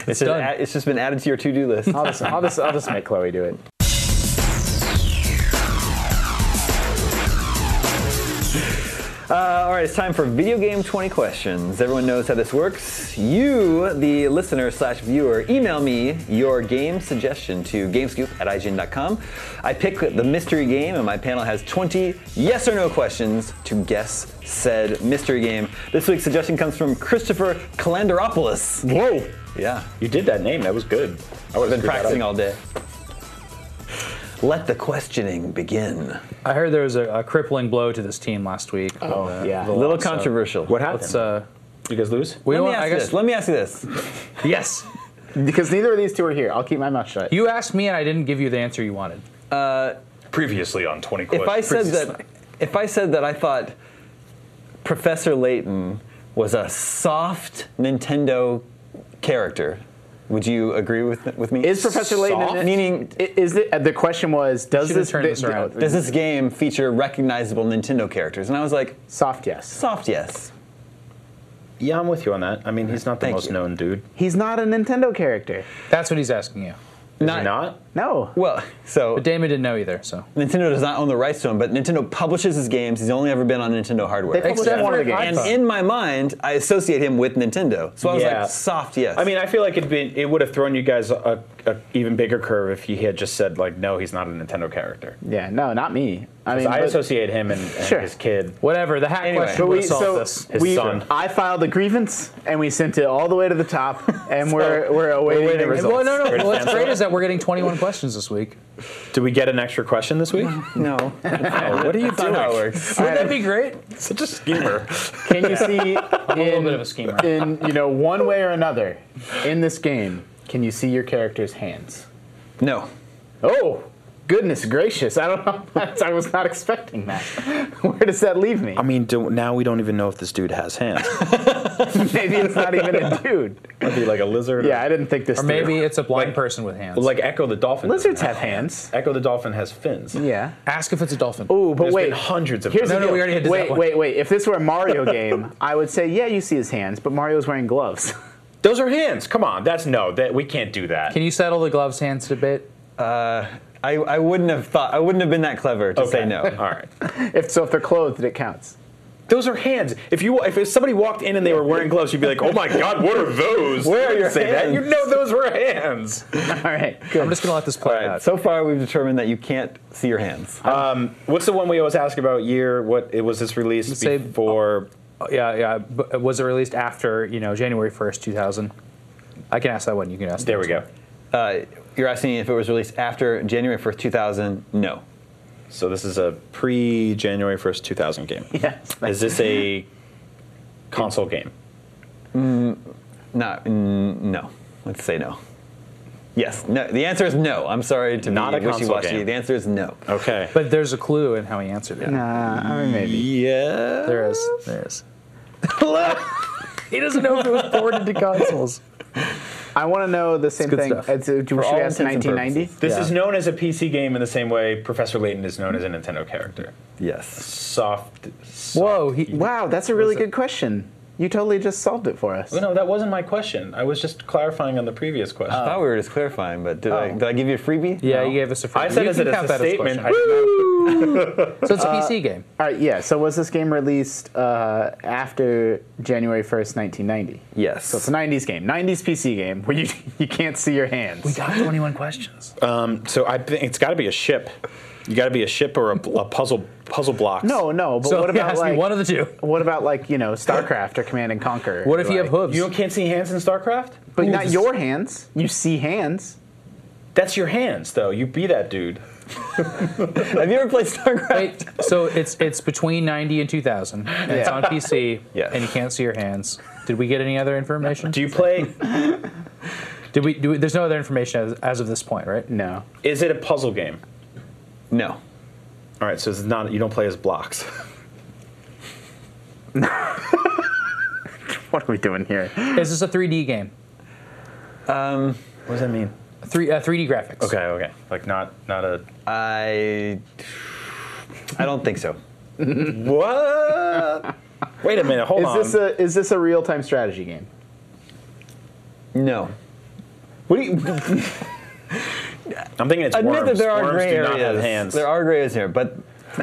Speaker 4: It's, just
Speaker 5: done.
Speaker 4: a- it's just been added to your to-do list.
Speaker 6: I'll just, I'll just, I'll just make Chloe do it.
Speaker 4: Uh, all right, it's time for video game 20 questions. Everyone knows how this works. You, the listener slash viewer, email me your game suggestion to gamescoop at IGN.com. I pick the mystery game, and my panel has 20 yes or no questions to guess said mystery game. This week's suggestion comes from Christopher Kalanderopoulos.
Speaker 3: whoa,
Speaker 4: Yeah,
Speaker 3: you did that name. That was good. I would have
Speaker 4: been practicing all day. Let the questioning begin.
Speaker 5: I heard there was a, a crippling blow to this team last week. Oh,
Speaker 6: yeah.
Speaker 4: A little controversial.
Speaker 3: What happened?
Speaker 5: Let's, uh,
Speaker 3: you guys lose?
Speaker 5: we
Speaker 4: Let me
Speaker 5: want,
Speaker 4: ask
Speaker 5: I
Speaker 4: you
Speaker 5: guess,
Speaker 4: this. Let me ask you this.
Speaker 5: yes.
Speaker 6: Because neither of these two are here. I'll keep my mouth shut.
Speaker 5: You asked me and I didn't give you the answer you wanted.
Speaker 3: Previously on 20
Speaker 4: if I said that, if I said that I thought Professor Layton was a soft Nintendo character, would you agree with with me?
Speaker 6: Is Professor Layton in
Speaker 4: Soft?
Speaker 6: it?
Speaker 4: meaning?
Speaker 6: I- Is it? uh, The question was, does
Speaker 5: Should've
Speaker 6: this,
Speaker 5: turned this around.
Speaker 4: Does this game feature recognizable Nintendo characters? And I was like,
Speaker 6: soft yes?
Speaker 4: soft yes.
Speaker 3: Yeah, I'm with you on that. I mean, he's not the
Speaker 4: Thank
Speaker 3: most
Speaker 4: you.
Speaker 3: known dude. Is
Speaker 6: He's not a Nintendo character.
Speaker 5: That's what he's asking you.
Speaker 3: he not?
Speaker 6: No.
Speaker 4: Well, so
Speaker 5: But Damon didn't know either, so.
Speaker 4: Nintendo does not own the rights to him, but Nintendo publishes his games. He's only ever been on Nintendo hardware.
Speaker 6: They published
Speaker 5: Except
Speaker 6: one of the
Speaker 5: for
Speaker 6: games.
Speaker 4: and
Speaker 5: iPhone.
Speaker 4: in my mind, I associate him with Nintendo. So I was
Speaker 3: Yeah.
Speaker 4: like, soft yes.
Speaker 3: I mean, I feel like it'd been, it would have thrown you guys a, a even bigger curve if he had just said, like, no, he's not a Nintendo character.
Speaker 6: Yeah. No, not me. I mean,
Speaker 3: I
Speaker 6: but-
Speaker 3: associate him and, and
Speaker 6: Sure.
Speaker 3: his kid.
Speaker 5: Whatever, the hack
Speaker 3: Anyway.
Speaker 5: question
Speaker 6: But
Speaker 5: would
Speaker 6: we,
Speaker 5: have solved
Speaker 6: so
Speaker 5: this.
Speaker 3: His
Speaker 6: we,
Speaker 3: son.
Speaker 6: I filed a grievance and we sent it all the way to the top, and we're we're awaiting the
Speaker 3: waiting
Speaker 6: results.
Speaker 5: Well, no, no.
Speaker 3: Greatest
Speaker 5: What's
Speaker 3: answer.
Speaker 5: great is that we're getting 21 questions this week.
Speaker 3: Do we get an extra question this week?
Speaker 4: no.
Speaker 3: what are you
Speaker 4: That's not how it
Speaker 3: doing?
Speaker 4: works.
Speaker 5: Wouldn't that be great?
Speaker 3: Such a schemer.
Speaker 6: Can you see
Speaker 5: I'm a little bit of a schemer.
Speaker 6: in you know one way or another in this game? Can you see your character's hands?
Speaker 4: No.
Speaker 6: Oh, goodness gracious! I don't know. I was not expecting that. Where does that leave me?
Speaker 3: I mean, do, now we don't even know if this dude has hands.
Speaker 6: Maybe it's not even a dude.
Speaker 3: Would be like a lizard.
Speaker 6: Yeah, I didn't think this.
Speaker 5: Or maybe
Speaker 6: through.
Speaker 5: it's a blind person with hands.
Speaker 3: Like Echo the dolphin. doesn't
Speaker 6: lizards have hands.
Speaker 3: Echo the dolphin has fins.
Speaker 6: Yeah.
Speaker 5: Ask if it's a dolphin.
Speaker 6: Ooh, but
Speaker 3: There's
Speaker 6: wait.
Speaker 3: been hundreds of
Speaker 6: Here's
Speaker 3: them.
Speaker 5: No,
Speaker 6: the
Speaker 5: no, we
Speaker 6: deal.
Speaker 5: already had this
Speaker 6: Wait,
Speaker 5: that one.
Speaker 6: wait, wait. If this were a Mario game, I would say, yeah, you see his hands, but Mario's wearing gloves.
Speaker 3: Those are hands. Come on, that's no. That we can't do that.
Speaker 5: Can you settle the gloves hands debate?
Speaker 4: I, I wouldn't have thought I wouldn't have been that clever to say no.
Speaker 3: All right.
Speaker 6: If so, if they're clothed, it counts.
Speaker 3: Those are hands. If you if somebody walked in and they were wearing gloves, you'd be like, "Oh my God, what are those?"
Speaker 4: Where are your
Speaker 3: Say that.
Speaker 4: hands?
Speaker 3: You know those were hands.
Speaker 6: All right.
Speaker 5: I'm just gonna let this play
Speaker 4: All right,
Speaker 5: out.
Speaker 4: so far we've determined that you can't see your hands.
Speaker 3: Uh, What's the one we always ask about? Year? What it was this released
Speaker 5: say-
Speaker 3: before?
Speaker 5: yeah, yeah. But was it released after you know January 1st, 2000? I can ask that one. You can ask.
Speaker 3: there
Speaker 5: that
Speaker 3: we go.
Speaker 4: Uh, you're asking if it was released after January 1st, 2000? No.
Speaker 3: So this is a pre January first, two thousand game.
Speaker 6: Yes.
Speaker 3: Is this a console game?
Speaker 4: Not, mm, no. Let's say no. Yes, no. The answer is no. I'm sorry to
Speaker 3: Not
Speaker 4: be
Speaker 3: a console
Speaker 4: wishy-washy.
Speaker 3: game. Oh.
Speaker 4: The answer is no.
Speaker 3: Okay.
Speaker 5: But there's a clue in how he answered it.
Speaker 6: Nah, Uh, I mean, maybe.
Speaker 4: Yeah.
Speaker 5: There is. There is. he doesn't know if it was ported to consoles.
Speaker 6: I want to know the same
Speaker 5: good
Speaker 6: thing.
Speaker 5: stuff.
Speaker 6: It's, uh, do- should
Speaker 4: all
Speaker 6: we ask
Speaker 4: intents and
Speaker 6: 1990?
Speaker 3: this is known as a PC game in the same way Professor Layton is known as a Nintendo character.
Speaker 4: Yes.
Speaker 3: Soft. soft
Speaker 5: Whoa. He,
Speaker 6: Wow, that's a really good question. You totally just solved it for us.
Speaker 3: No, that wasn't my question. I was just clarifying on the previous question.
Speaker 4: I thought we were just clarifying, but did, I, did I give you a freebie?
Speaker 5: Oh. yeah, he gave us a. Free
Speaker 3: I said
Speaker 5: you
Speaker 3: as
Speaker 5: can
Speaker 3: it
Speaker 5: count
Speaker 3: as a
Speaker 5: that as
Speaker 3: statement.
Speaker 5: question.
Speaker 3: I did not
Speaker 5: so it's a PC game.
Speaker 6: All right, yeah. So was this game released uh, after January 1st, 1990?
Speaker 4: Yes.
Speaker 6: So it's a 90s game, 90s PC game where you you can't see your hands.
Speaker 5: Got 21 questions.
Speaker 3: Uh, So I think it's got to be a ship. You got to be a ship or a, a puzzle puzzle blocks.
Speaker 6: no, no. But
Speaker 5: so
Speaker 6: what
Speaker 5: he
Speaker 6: about
Speaker 5: asked
Speaker 6: like
Speaker 5: me one of the two.
Speaker 6: what about like you know StarCraft or Command and Conquer?
Speaker 5: What if you have
Speaker 6: like-
Speaker 5: hooves?
Speaker 3: you don't- can't see hands in StarCraft.
Speaker 6: But not your hands. You see hands.
Speaker 3: That's your hands, though. You be that dude.
Speaker 4: Have you ever played StarCraft?
Speaker 5: Wait, so it's it's between 90 and 2000, and it's
Speaker 6: Yeah.
Speaker 5: on PC,
Speaker 4: Yes.
Speaker 5: and you can't see your hands. Did we get any other information?
Speaker 3: Do you play?
Speaker 5: Did we? Do we there's no other information as, as of this point, right?
Speaker 6: No.
Speaker 3: is it a puzzle game?
Speaker 4: No.
Speaker 3: All right, so it's not. You don't play as blocks.
Speaker 6: What are we doing here?
Speaker 5: Is this a 3D game?
Speaker 3: What does that mean?
Speaker 5: Three uh, 3D graphics.
Speaker 3: Okay, okay. Like not not a
Speaker 4: I I don't think so.
Speaker 3: what? Wait a minute. Hold
Speaker 6: Is
Speaker 3: on.
Speaker 6: this a is this a real time strategy game?
Speaker 4: No.
Speaker 3: what do you? I'm thinking it's
Speaker 4: Admit
Speaker 3: worms.
Speaker 4: that there are
Speaker 3: worms
Speaker 4: gray
Speaker 3: do
Speaker 4: areas.
Speaker 3: not have hands.
Speaker 4: There are gray areas here, but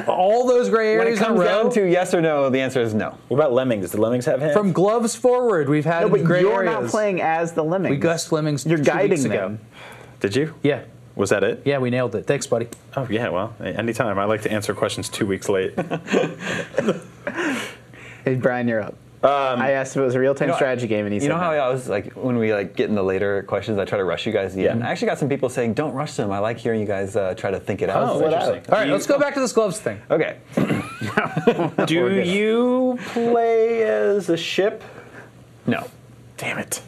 Speaker 5: All those gray
Speaker 4: when it
Speaker 5: areas in a
Speaker 4: comes
Speaker 5: row.
Speaker 4: down to yes or no, the answer is no.
Speaker 3: what about lemmings? Do lemmings have hands?
Speaker 5: from gloves forward, we've had
Speaker 6: No, but
Speaker 5: gray
Speaker 6: you're
Speaker 5: areas.
Speaker 6: not playing as the lemmings.
Speaker 5: We Gus Lemmings.
Speaker 6: You're
Speaker 5: two
Speaker 6: guiding
Speaker 5: weeks ago.
Speaker 6: them.
Speaker 3: Did you?
Speaker 5: Yeah,
Speaker 3: Was that it?
Speaker 5: yeah, we nailed it. Thanks, buddy.
Speaker 3: Oh yeah. Well, anytime. I like to answer questions two weeks late.
Speaker 6: Hey, Brian, you're up. I asked if it was a real time
Speaker 4: know,
Speaker 6: strategy game, and he
Speaker 4: Um, You
Speaker 6: said
Speaker 4: know how
Speaker 6: no.
Speaker 4: I always like when we like get in the later questions, I try to rush you guys. Yeah. I actually got some people saying, "Don't rush them." I like hearing you guys uh, try to think it out.
Speaker 6: what I-
Speaker 3: interesting.
Speaker 5: All right, let's go back to this gloves thing.
Speaker 4: Okay.
Speaker 3: Do you play as a ship?
Speaker 4: No.
Speaker 3: Damn it.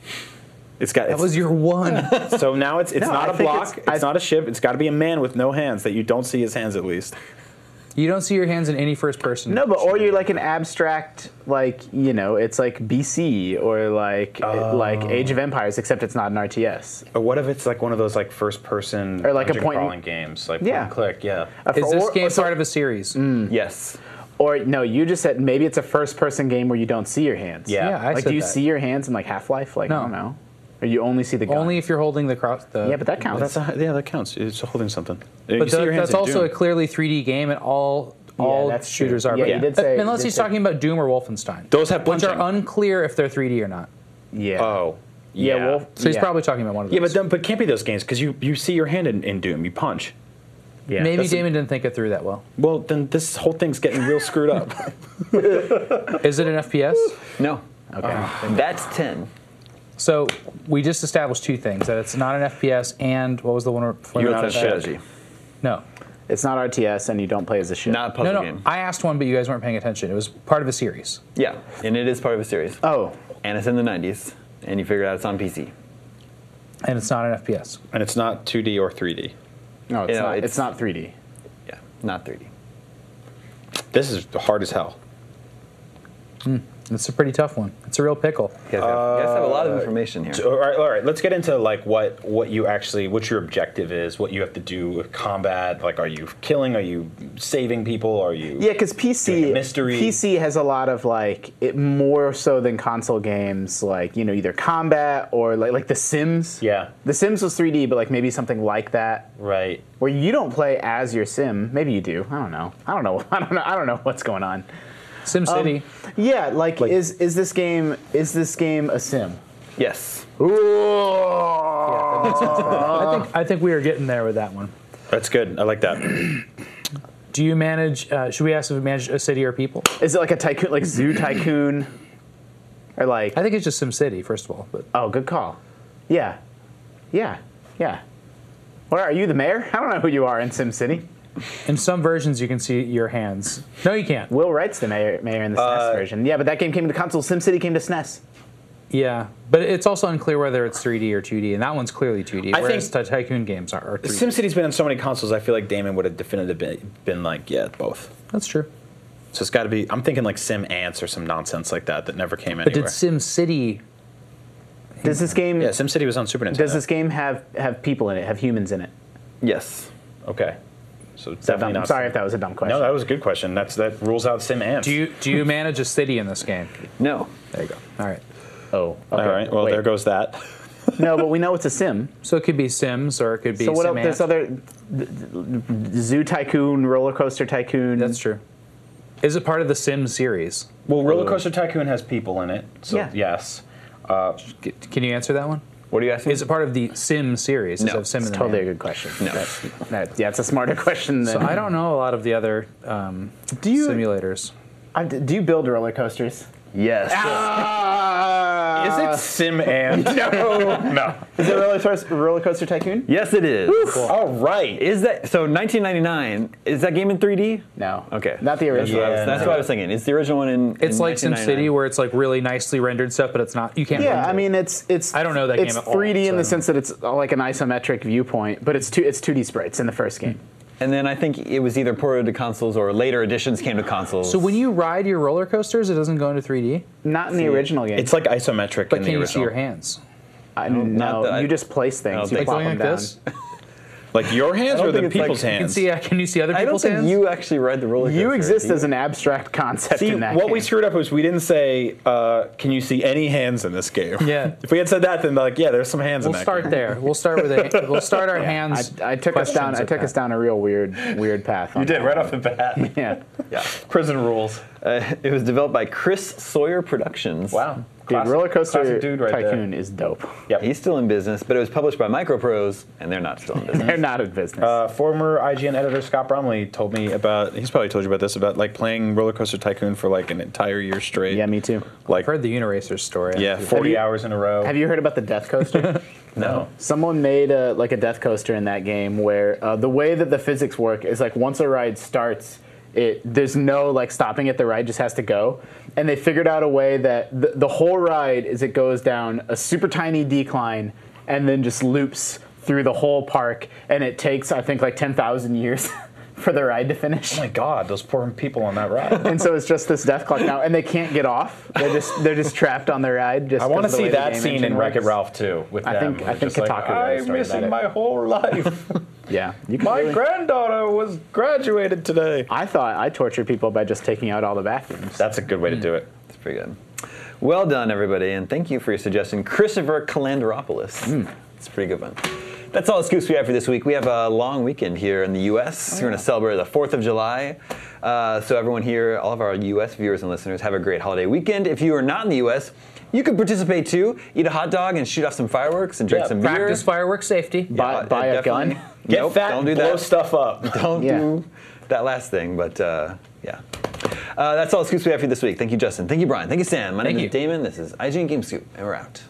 Speaker 3: It's got.
Speaker 5: That was your one.
Speaker 3: it's- so now it's it's
Speaker 6: No,
Speaker 3: not a
Speaker 6: I think
Speaker 3: block. It's,
Speaker 6: it's- I-
Speaker 3: not a ship. It's got to be a man with no hands that you don't see his hands at least.
Speaker 5: you don't see your hands in any first person.
Speaker 6: No, but or you're like an abstract, like you know, it's like BC or like eh, like Age of Empires, except it's not an RTS.
Speaker 3: Or what if it's like one of those like first person
Speaker 6: Or like a point-
Speaker 3: crawling games like
Speaker 6: Yeah.
Speaker 3: one click yeah. Uh,
Speaker 5: Is this
Speaker 6: or,
Speaker 5: game
Speaker 6: or, Mm, so-
Speaker 5: part of a series?
Speaker 4: Yes.
Speaker 6: or no? You just said maybe it's a first-person game where you don't see your hands.
Speaker 3: Yeah.
Speaker 5: Yeah, I
Speaker 6: like
Speaker 5: said
Speaker 6: do you
Speaker 5: that.
Speaker 6: see your hands in like Half-Life? Like
Speaker 5: No.
Speaker 6: I don't know. Or you only see the gun.
Speaker 5: Only if you're holding the cross. The,
Speaker 6: yeah, but that
Speaker 3: Well,
Speaker 6: counts.
Speaker 3: oh, that's a, yeah that counts. It's holding something.
Speaker 5: But that- that's also a clearly 3D game, and all all
Speaker 6: that's true.
Speaker 5: shooters are.
Speaker 6: Yeah,
Speaker 5: but-
Speaker 6: you did say- you
Speaker 5: unless
Speaker 6: did
Speaker 5: he's
Speaker 6: say-
Speaker 5: talking about Doom or Wolfenstein.
Speaker 3: Those have
Speaker 5: which are
Speaker 3: punching.
Speaker 5: unclear if they're 3D or not.
Speaker 6: yeah.
Speaker 3: oh
Speaker 6: yeah. Well,
Speaker 5: So he's
Speaker 6: yeah.
Speaker 5: probably talking about one of those.
Speaker 3: yeah, but then, but can't be those games because you you see your hand in, in Doom you punch. Yeah.
Speaker 5: maybe
Speaker 3: that's a-
Speaker 5: Damon didn't think it through that well.
Speaker 3: well, then this whole thing's getting real screwed up.
Speaker 5: Is it an FPS?
Speaker 4: No.
Speaker 6: Okay.
Speaker 4: That's ten.
Speaker 5: So we just established two things: that it's not an FPS, and what was the one before?
Speaker 3: You're
Speaker 5: that?
Speaker 3: not a
Speaker 4: Strategy.
Speaker 5: No,
Speaker 6: It's not RTS, and you don't play as a ship.
Speaker 4: Not a puzzle
Speaker 5: no, no.
Speaker 4: game.
Speaker 5: I asked one, but you guys weren't paying attention. It was part of a series.
Speaker 4: Yeah, and it is part of a series.
Speaker 6: oh,
Speaker 4: And it's in the 90s, and you figure out it's on PC.
Speaker 5: And it's not an FPS.
Speaker 3: and it's not 2D or 3D.
Speaker 6: no, it's
Speaker 4: You know,
Speaker 6: not. It's,
Speaker 4: it's-
Speaker 6: not 3D.
Speaker 4: Yeah, not 3D.
Speaker 3: This is hard as hell.
Speaker 5: It's a pretty tough one. It's a real pickle.
Speaker 4: You guys, have, you guys have a lot
Speaker 5: Uh,
Speaker 4: of information here.
Speaker 3: So, all right, all right. Let's get into like what what you actually what your objective is, what you have to do with combat. Like, are you killing? Are you saving people? Are you?
Speaker 6: Yeah, because
Speaker 3: Doing
Speaker 6: PC
Speaker 3: a mystery.
Speaker 6: PC has a lot of like it more so than console games, like you know either combat or like like The Sims.
Speaker 3: Yeah.
Speaker 6: The Sims was 3D, but like maybe something like that,
Speaker 3: Right.
Speaker 6: where you don't play as your sim. Maybe you do. I don't know. I don't know. I don't know. I don't know what's going on.
Speaker 5: SimCity.
Speaker 3: Um,
Speaker 6: Yeah, like,
Speaker 3: Like-
Speaker 6: is is this game is this game a sim?
Speaker 4: yes.
Speaker 6: Ooh.
Speaker 5: I
Speaker 3: uh,
Speaker 5: think I think we are getting there with that one.
Speaker 3: That's good. I like that.
Speaker 5: Do you manage? Uh, should we ask if we manage a city or people?
Speaker 6: Is it like a tycoon, like Zoo Tycoon, or like?
Speaker 5: I think it's just SimCity, first of all. But
Speaker 6: Oh, good call. Yeah, yeah, yeah. What are you, the mayor? I don't know who you are in SimCity.
Speaker 5: in some versions, you can see your hands. No, you can't.
Speaker 6: Will Wright's the mayor, mayor in the SNES
Speaker 5: Uh,
Speaker 6: version. Yeah, but that game came to console. SimCity came to E SNES.
Speaker 5: Yeah, but it's also unclear whether it's 3D or 2D, and that one's clearly 2D.
Speaker 3: I
Speaker 5: whereas
Speaker 3: think-
Speaker 5: the tycoon games are, are 3D.
Speaker 3: SimCity's been on so many consoles. I feel like Damon would have definitively been, been like, yeah, both.
Speaker 5: That's true.
Speaker 3: So it's got to be. I'm thinking like Sim Ants or some nonsense like that that never came
Speaker 5: But
Speaker 3: anywhere.
Speaker 5: did SimCity?
Speaker 6: Does this game?
Speaker 3: yeah, SimCity was on Super Nintendo.
Speaker 6: Does this game have have people in it? Have humans in it?
Speaker 4: Yes.
Speaker 3: Okay. So it's
Speaker 6: Is that
Speaker 3: definitely
Speaker 6: dumb?
Speaker 3: not.
Speaker 6: Sorry if that was a dumb question.
Speaker 3: No, that was a good question. That's that rules out Sim Ants.
Speaker 5: Do you do you manage a city in this game?
Speaker 4: No.
Speaker 5: There you go. All right.
Speaker 6: oh, okay.
Speaker 3: All right. Well,
Speaker 6: Wait.
Speaker 3: there goes that.
Speaker 6: no, but we know it's a sim.
Speaker 5: So it could be Sims or it could be.
Speaker 6: So what
Speaker 5: Sim
Speaker 6: else? There's
Speaker 5: Ant.
Speaker 6: other th- th- Zoo Tycoon, Roller Coaster Tycoon.
Speaker 5: That's true. Is it part of the Sim series?
Speaker 3: Well, Roller Coaster Tycoon has people in it. So
Speaker 6: Yeah.
Speaker 3: yes.
Speaker 5: C- Can you answer that one?
Speaker 4: What are you asking?
Speaker 5: Is it part of the Sim series?
Speaker 4: No,
Speaker 5: instead of Sim
Speaker 6: It's
Speaker 5: in the
Speaker 6: totally a
Speaker 5: name?
Speaker 6: good question.
Speaker 4: No.
Speaker 6: That- that- yeah, it's a smarter question than.
Speaker 5: So I don't know a lot of the other um,
Speaker 6: Do you
Speaker 5: simulators.
Speaker 6: I, do you build roller coasters?
Speaker 4: Yes.
Speaker 3: Is it Sim and? no, no.
Speaker 6: Is it roller coaster, roller coaster tycoon?
Speaker 4: Yes, it is.
Speaker 3: All right.
Speaker 4: Is that so? 1999. Is that game in 3D?
Speaker 6: No.
Speaker 4: Okay.
Speaker 6: Not
Speaker 4: That's what I
Speaker 6: the original.
Speaker 4: was,
Speaker 3: Yeah,
Speaker 4: that's
Speaker 3: no.
Speaker 4: what I was thinking. It's the original one in.
Speaker 5: It's
Speaker 4: in
Speaker 5: like SimCity
Speaker 4: 1999.
Speaker 5: where it's like really nicely rendered stuff, but it's not. You can't.
Speaker 6: Yeah,
Speaker 5: render
Speaker 6: I
Speaker 5: it.
Speaker 6: mean it's it's
Speaker 5: I don't know that
Speaker 6: it's
Speaker 5: game at all,
Speaker 6: 3D in the
Speaker 5: so-
Speaker 6: sense that it's uh, like an isometric viewpoint, but it's two it's 2D sprites in the first game.
Speaker 4: And then I think it was either ported to consoles or later editions came to consoles.
Speaker 5: So when you ride your roller coasters, it doesn't go into 3D,
Speaker 6: Not in the original game.
Speaker 3: It's like isometric
Speaker 5: but
Speaker 3: in
Speaker 5: can
Speaker 3: the
Speaker 5: you see
Speaker 3: original.
Speaker 5: your hands?
Speaker 6: I, no,
Speaker 4: not that I-
Speaker 6: you just place things. You
Speaker 4: think-
Speaker 5: Like
Speaker 6: plop
Speaker 5: going
Speaker 6: them
Speaker 5: like
Speaker 6: down.
Speaker 5: this?
Speaker 3: Like your hands
Speaker 4: don't
Speaker 3: or the
Speaker 4: think it's like-
Speaker 3: people's
Speaker 4: you can
Speaker 5: You can
Speaker 3: hands?
Speaker 5: see. Can you see other
Speaker 4: I don't
Speaker 5: people's
Speaker 4: think
Speaker 5: hands?
Speaker 4: you actually ride the roller coaster.
Speaker 6: You exist
Speaker 4: do you?
Speaker 6: as an abstract concept
Speaker 3: See,
Speaker 6: in that
Speaker 3: what
Speaker 6: game.
Speaker 3: we screwed up was we didn't say, uh, can you see any hands in this game?
Speaker 5: Yeah.
Speaker 3: if we had said that, then like, yeah, there's some hands in
Speaker 5: We'll
Speaker 3: that
Speaker 5: start
Speaker 3: game.
Speaker 5: there. We'll start with a, we'll start our hands.
Speaker 6: I, I took us down.
Speaker 5: questions
Speaker 6: I
Speaker 5: at
Speaker 6: took
Speaker 5: that.
Speaker 6: us down a real weird, weird path.
Speaker 3: You did, right off the bat.
Speaker 6: Yeah,
Speaker 4: Yeah.
Speaker 3: Prison rules.
Speaker 4: Uh, it was developed by Chris Sawyer Productions.
Speaker 3: Wow.
Speaker 6: dude, roller coaster
Speaker 3: classic dude right there.
Speaker 6: tycoon is dope.
Speaker 3: Yep.
Speaker 4: He's still in business, but it was published by Microprose, and they're not still in business.
Speaker 6: They're not in business.
Speaker 3: Uh, former IGN editor Scott Bromley told me about. He's probably told you about this about like playing Roller Coaster Tycoon for like an entire year straight.
Speaker 6: yeah, me too.
Speaker 3: Like
Speaker 5: I've heard the Uniracer story.
Speaker 3: yeah, forty
Speaker 6: you-
Speaker 3: hours in a row.
Speaker 6: Have you heard about the Death Coaster?
Speaker 3: no.
Speaker 6: Someone made a, like a Death Coaster in that game where uh, the way that the physics work is like once a ride starts, it there's no like stopping it. The ride just has to go, and they figured out a way that the, the whole ride is it goes down a super tiny decline and then just loops through the whole park, and it takes I think like ten thousand years for the ride to finish.
Speaker 3: Oh my God, those poor people on that ride.
Speaker 6: and so it's just this death clock now, and they can't get off. They're just they're just trapped on their ride. Just
Speaker 3: I want to
Speaker 6: 'cause of the
Speaker 3: see
Speaker 6: way the
Speaker 3: that
Speaker 6: game
Speaker 3: scene in
Speaker 6: engine
Speaker 3: Wreck It
Speaker 6: works.
Speaker 3: Ralph too. With
Speaker 6: I
Speaker 3: them,
Speaker 6: think-
Speaker 3: where
Speaker 6: I
Speaker 3: it's
Speaker 6: think
Speaker 3: just
Speaker 6: Kotaku
Speaker 3: like,
Speaker 6: wrote a
Speaker 3: I'm
Speaker 6: story about
Speaker 3: missing
Speaker 6: it."
Speaker 3: my whole life.
Speaker 6: Yeah, you can
Speaker 3: my
Speaker 6: really-
Speaker 3: granddaughter was graduated today.
Speaker 6: I thought I tortured people by just taking out all the bathrooms.
Speaker 3: That's a good way to do it.
Speaker 4: It's pretty good. Well done, everybody, and thank you for your suggestion, Christopher Kalanderopoulos. It's a pretty good one. That's all the scoops we have for this week. We have a long weekend here in the U.S. We're going to celebrate the 4th of July. Uh, so, everyone here, all of our U.S. viewers and listeners, have a great holiday weekend. If you are not in the U.S., you can participate too. Eat a hot dog and shoot off some fireworks and drink
Speaker 3: Yeah,
Speaker 4: some beer.
Speaker 5: Practice fireworks safety.
Speaker 6: Buy,
Speaker 4: Uh,
Speaker 6: buy a
Speaker 4: definitely-
Speaker 6: gun.
Speaker 3: Get
Speaker 4: Nope,
Speaker 3: fat,
Speaker 4: don't
Speaker 3: and
Speaker 4: do
Speaker 3: blow
Speaker 4: that.
Speaker 3: stuff up.
Speaker 4: Don't
Speaker 6: Yeah.
Speaker 4: do that last thing, but uh, yeah. Uh, that's all the scoops we have for you this week. Thank you, Justin. Thank you, Brian. Thank you, Sam. My name
Speaker 5: Thank
Speaker 4: is Damon. This is IGN Game Scoop, and we're out.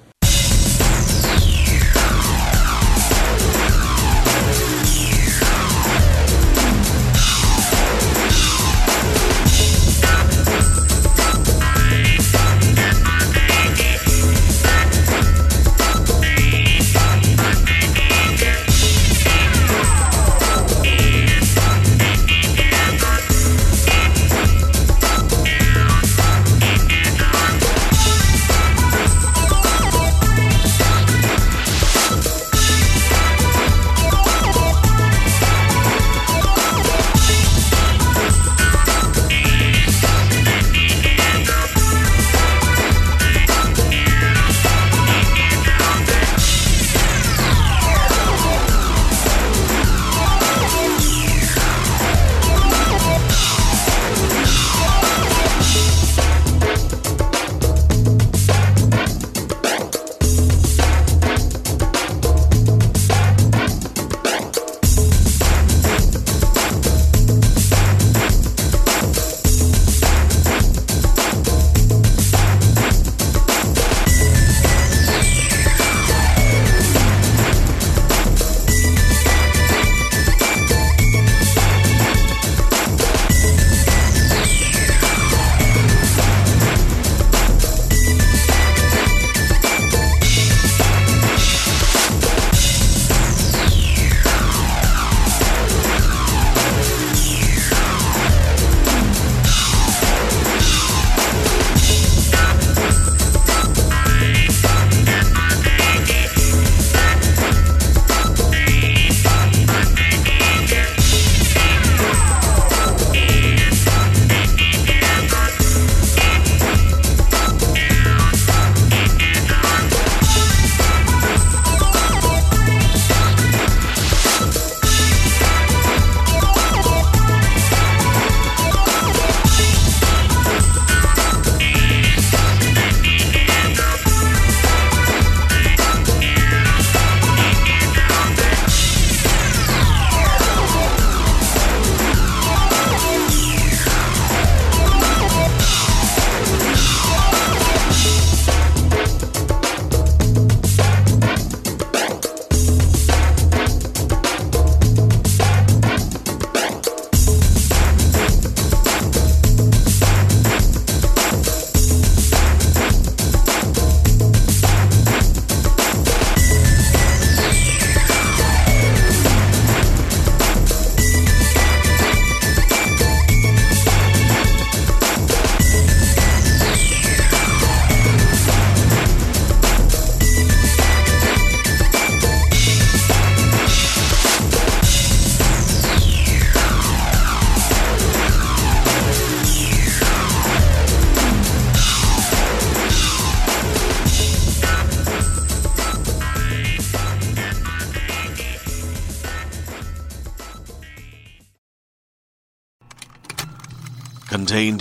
Speaker 7: Thank you. Contained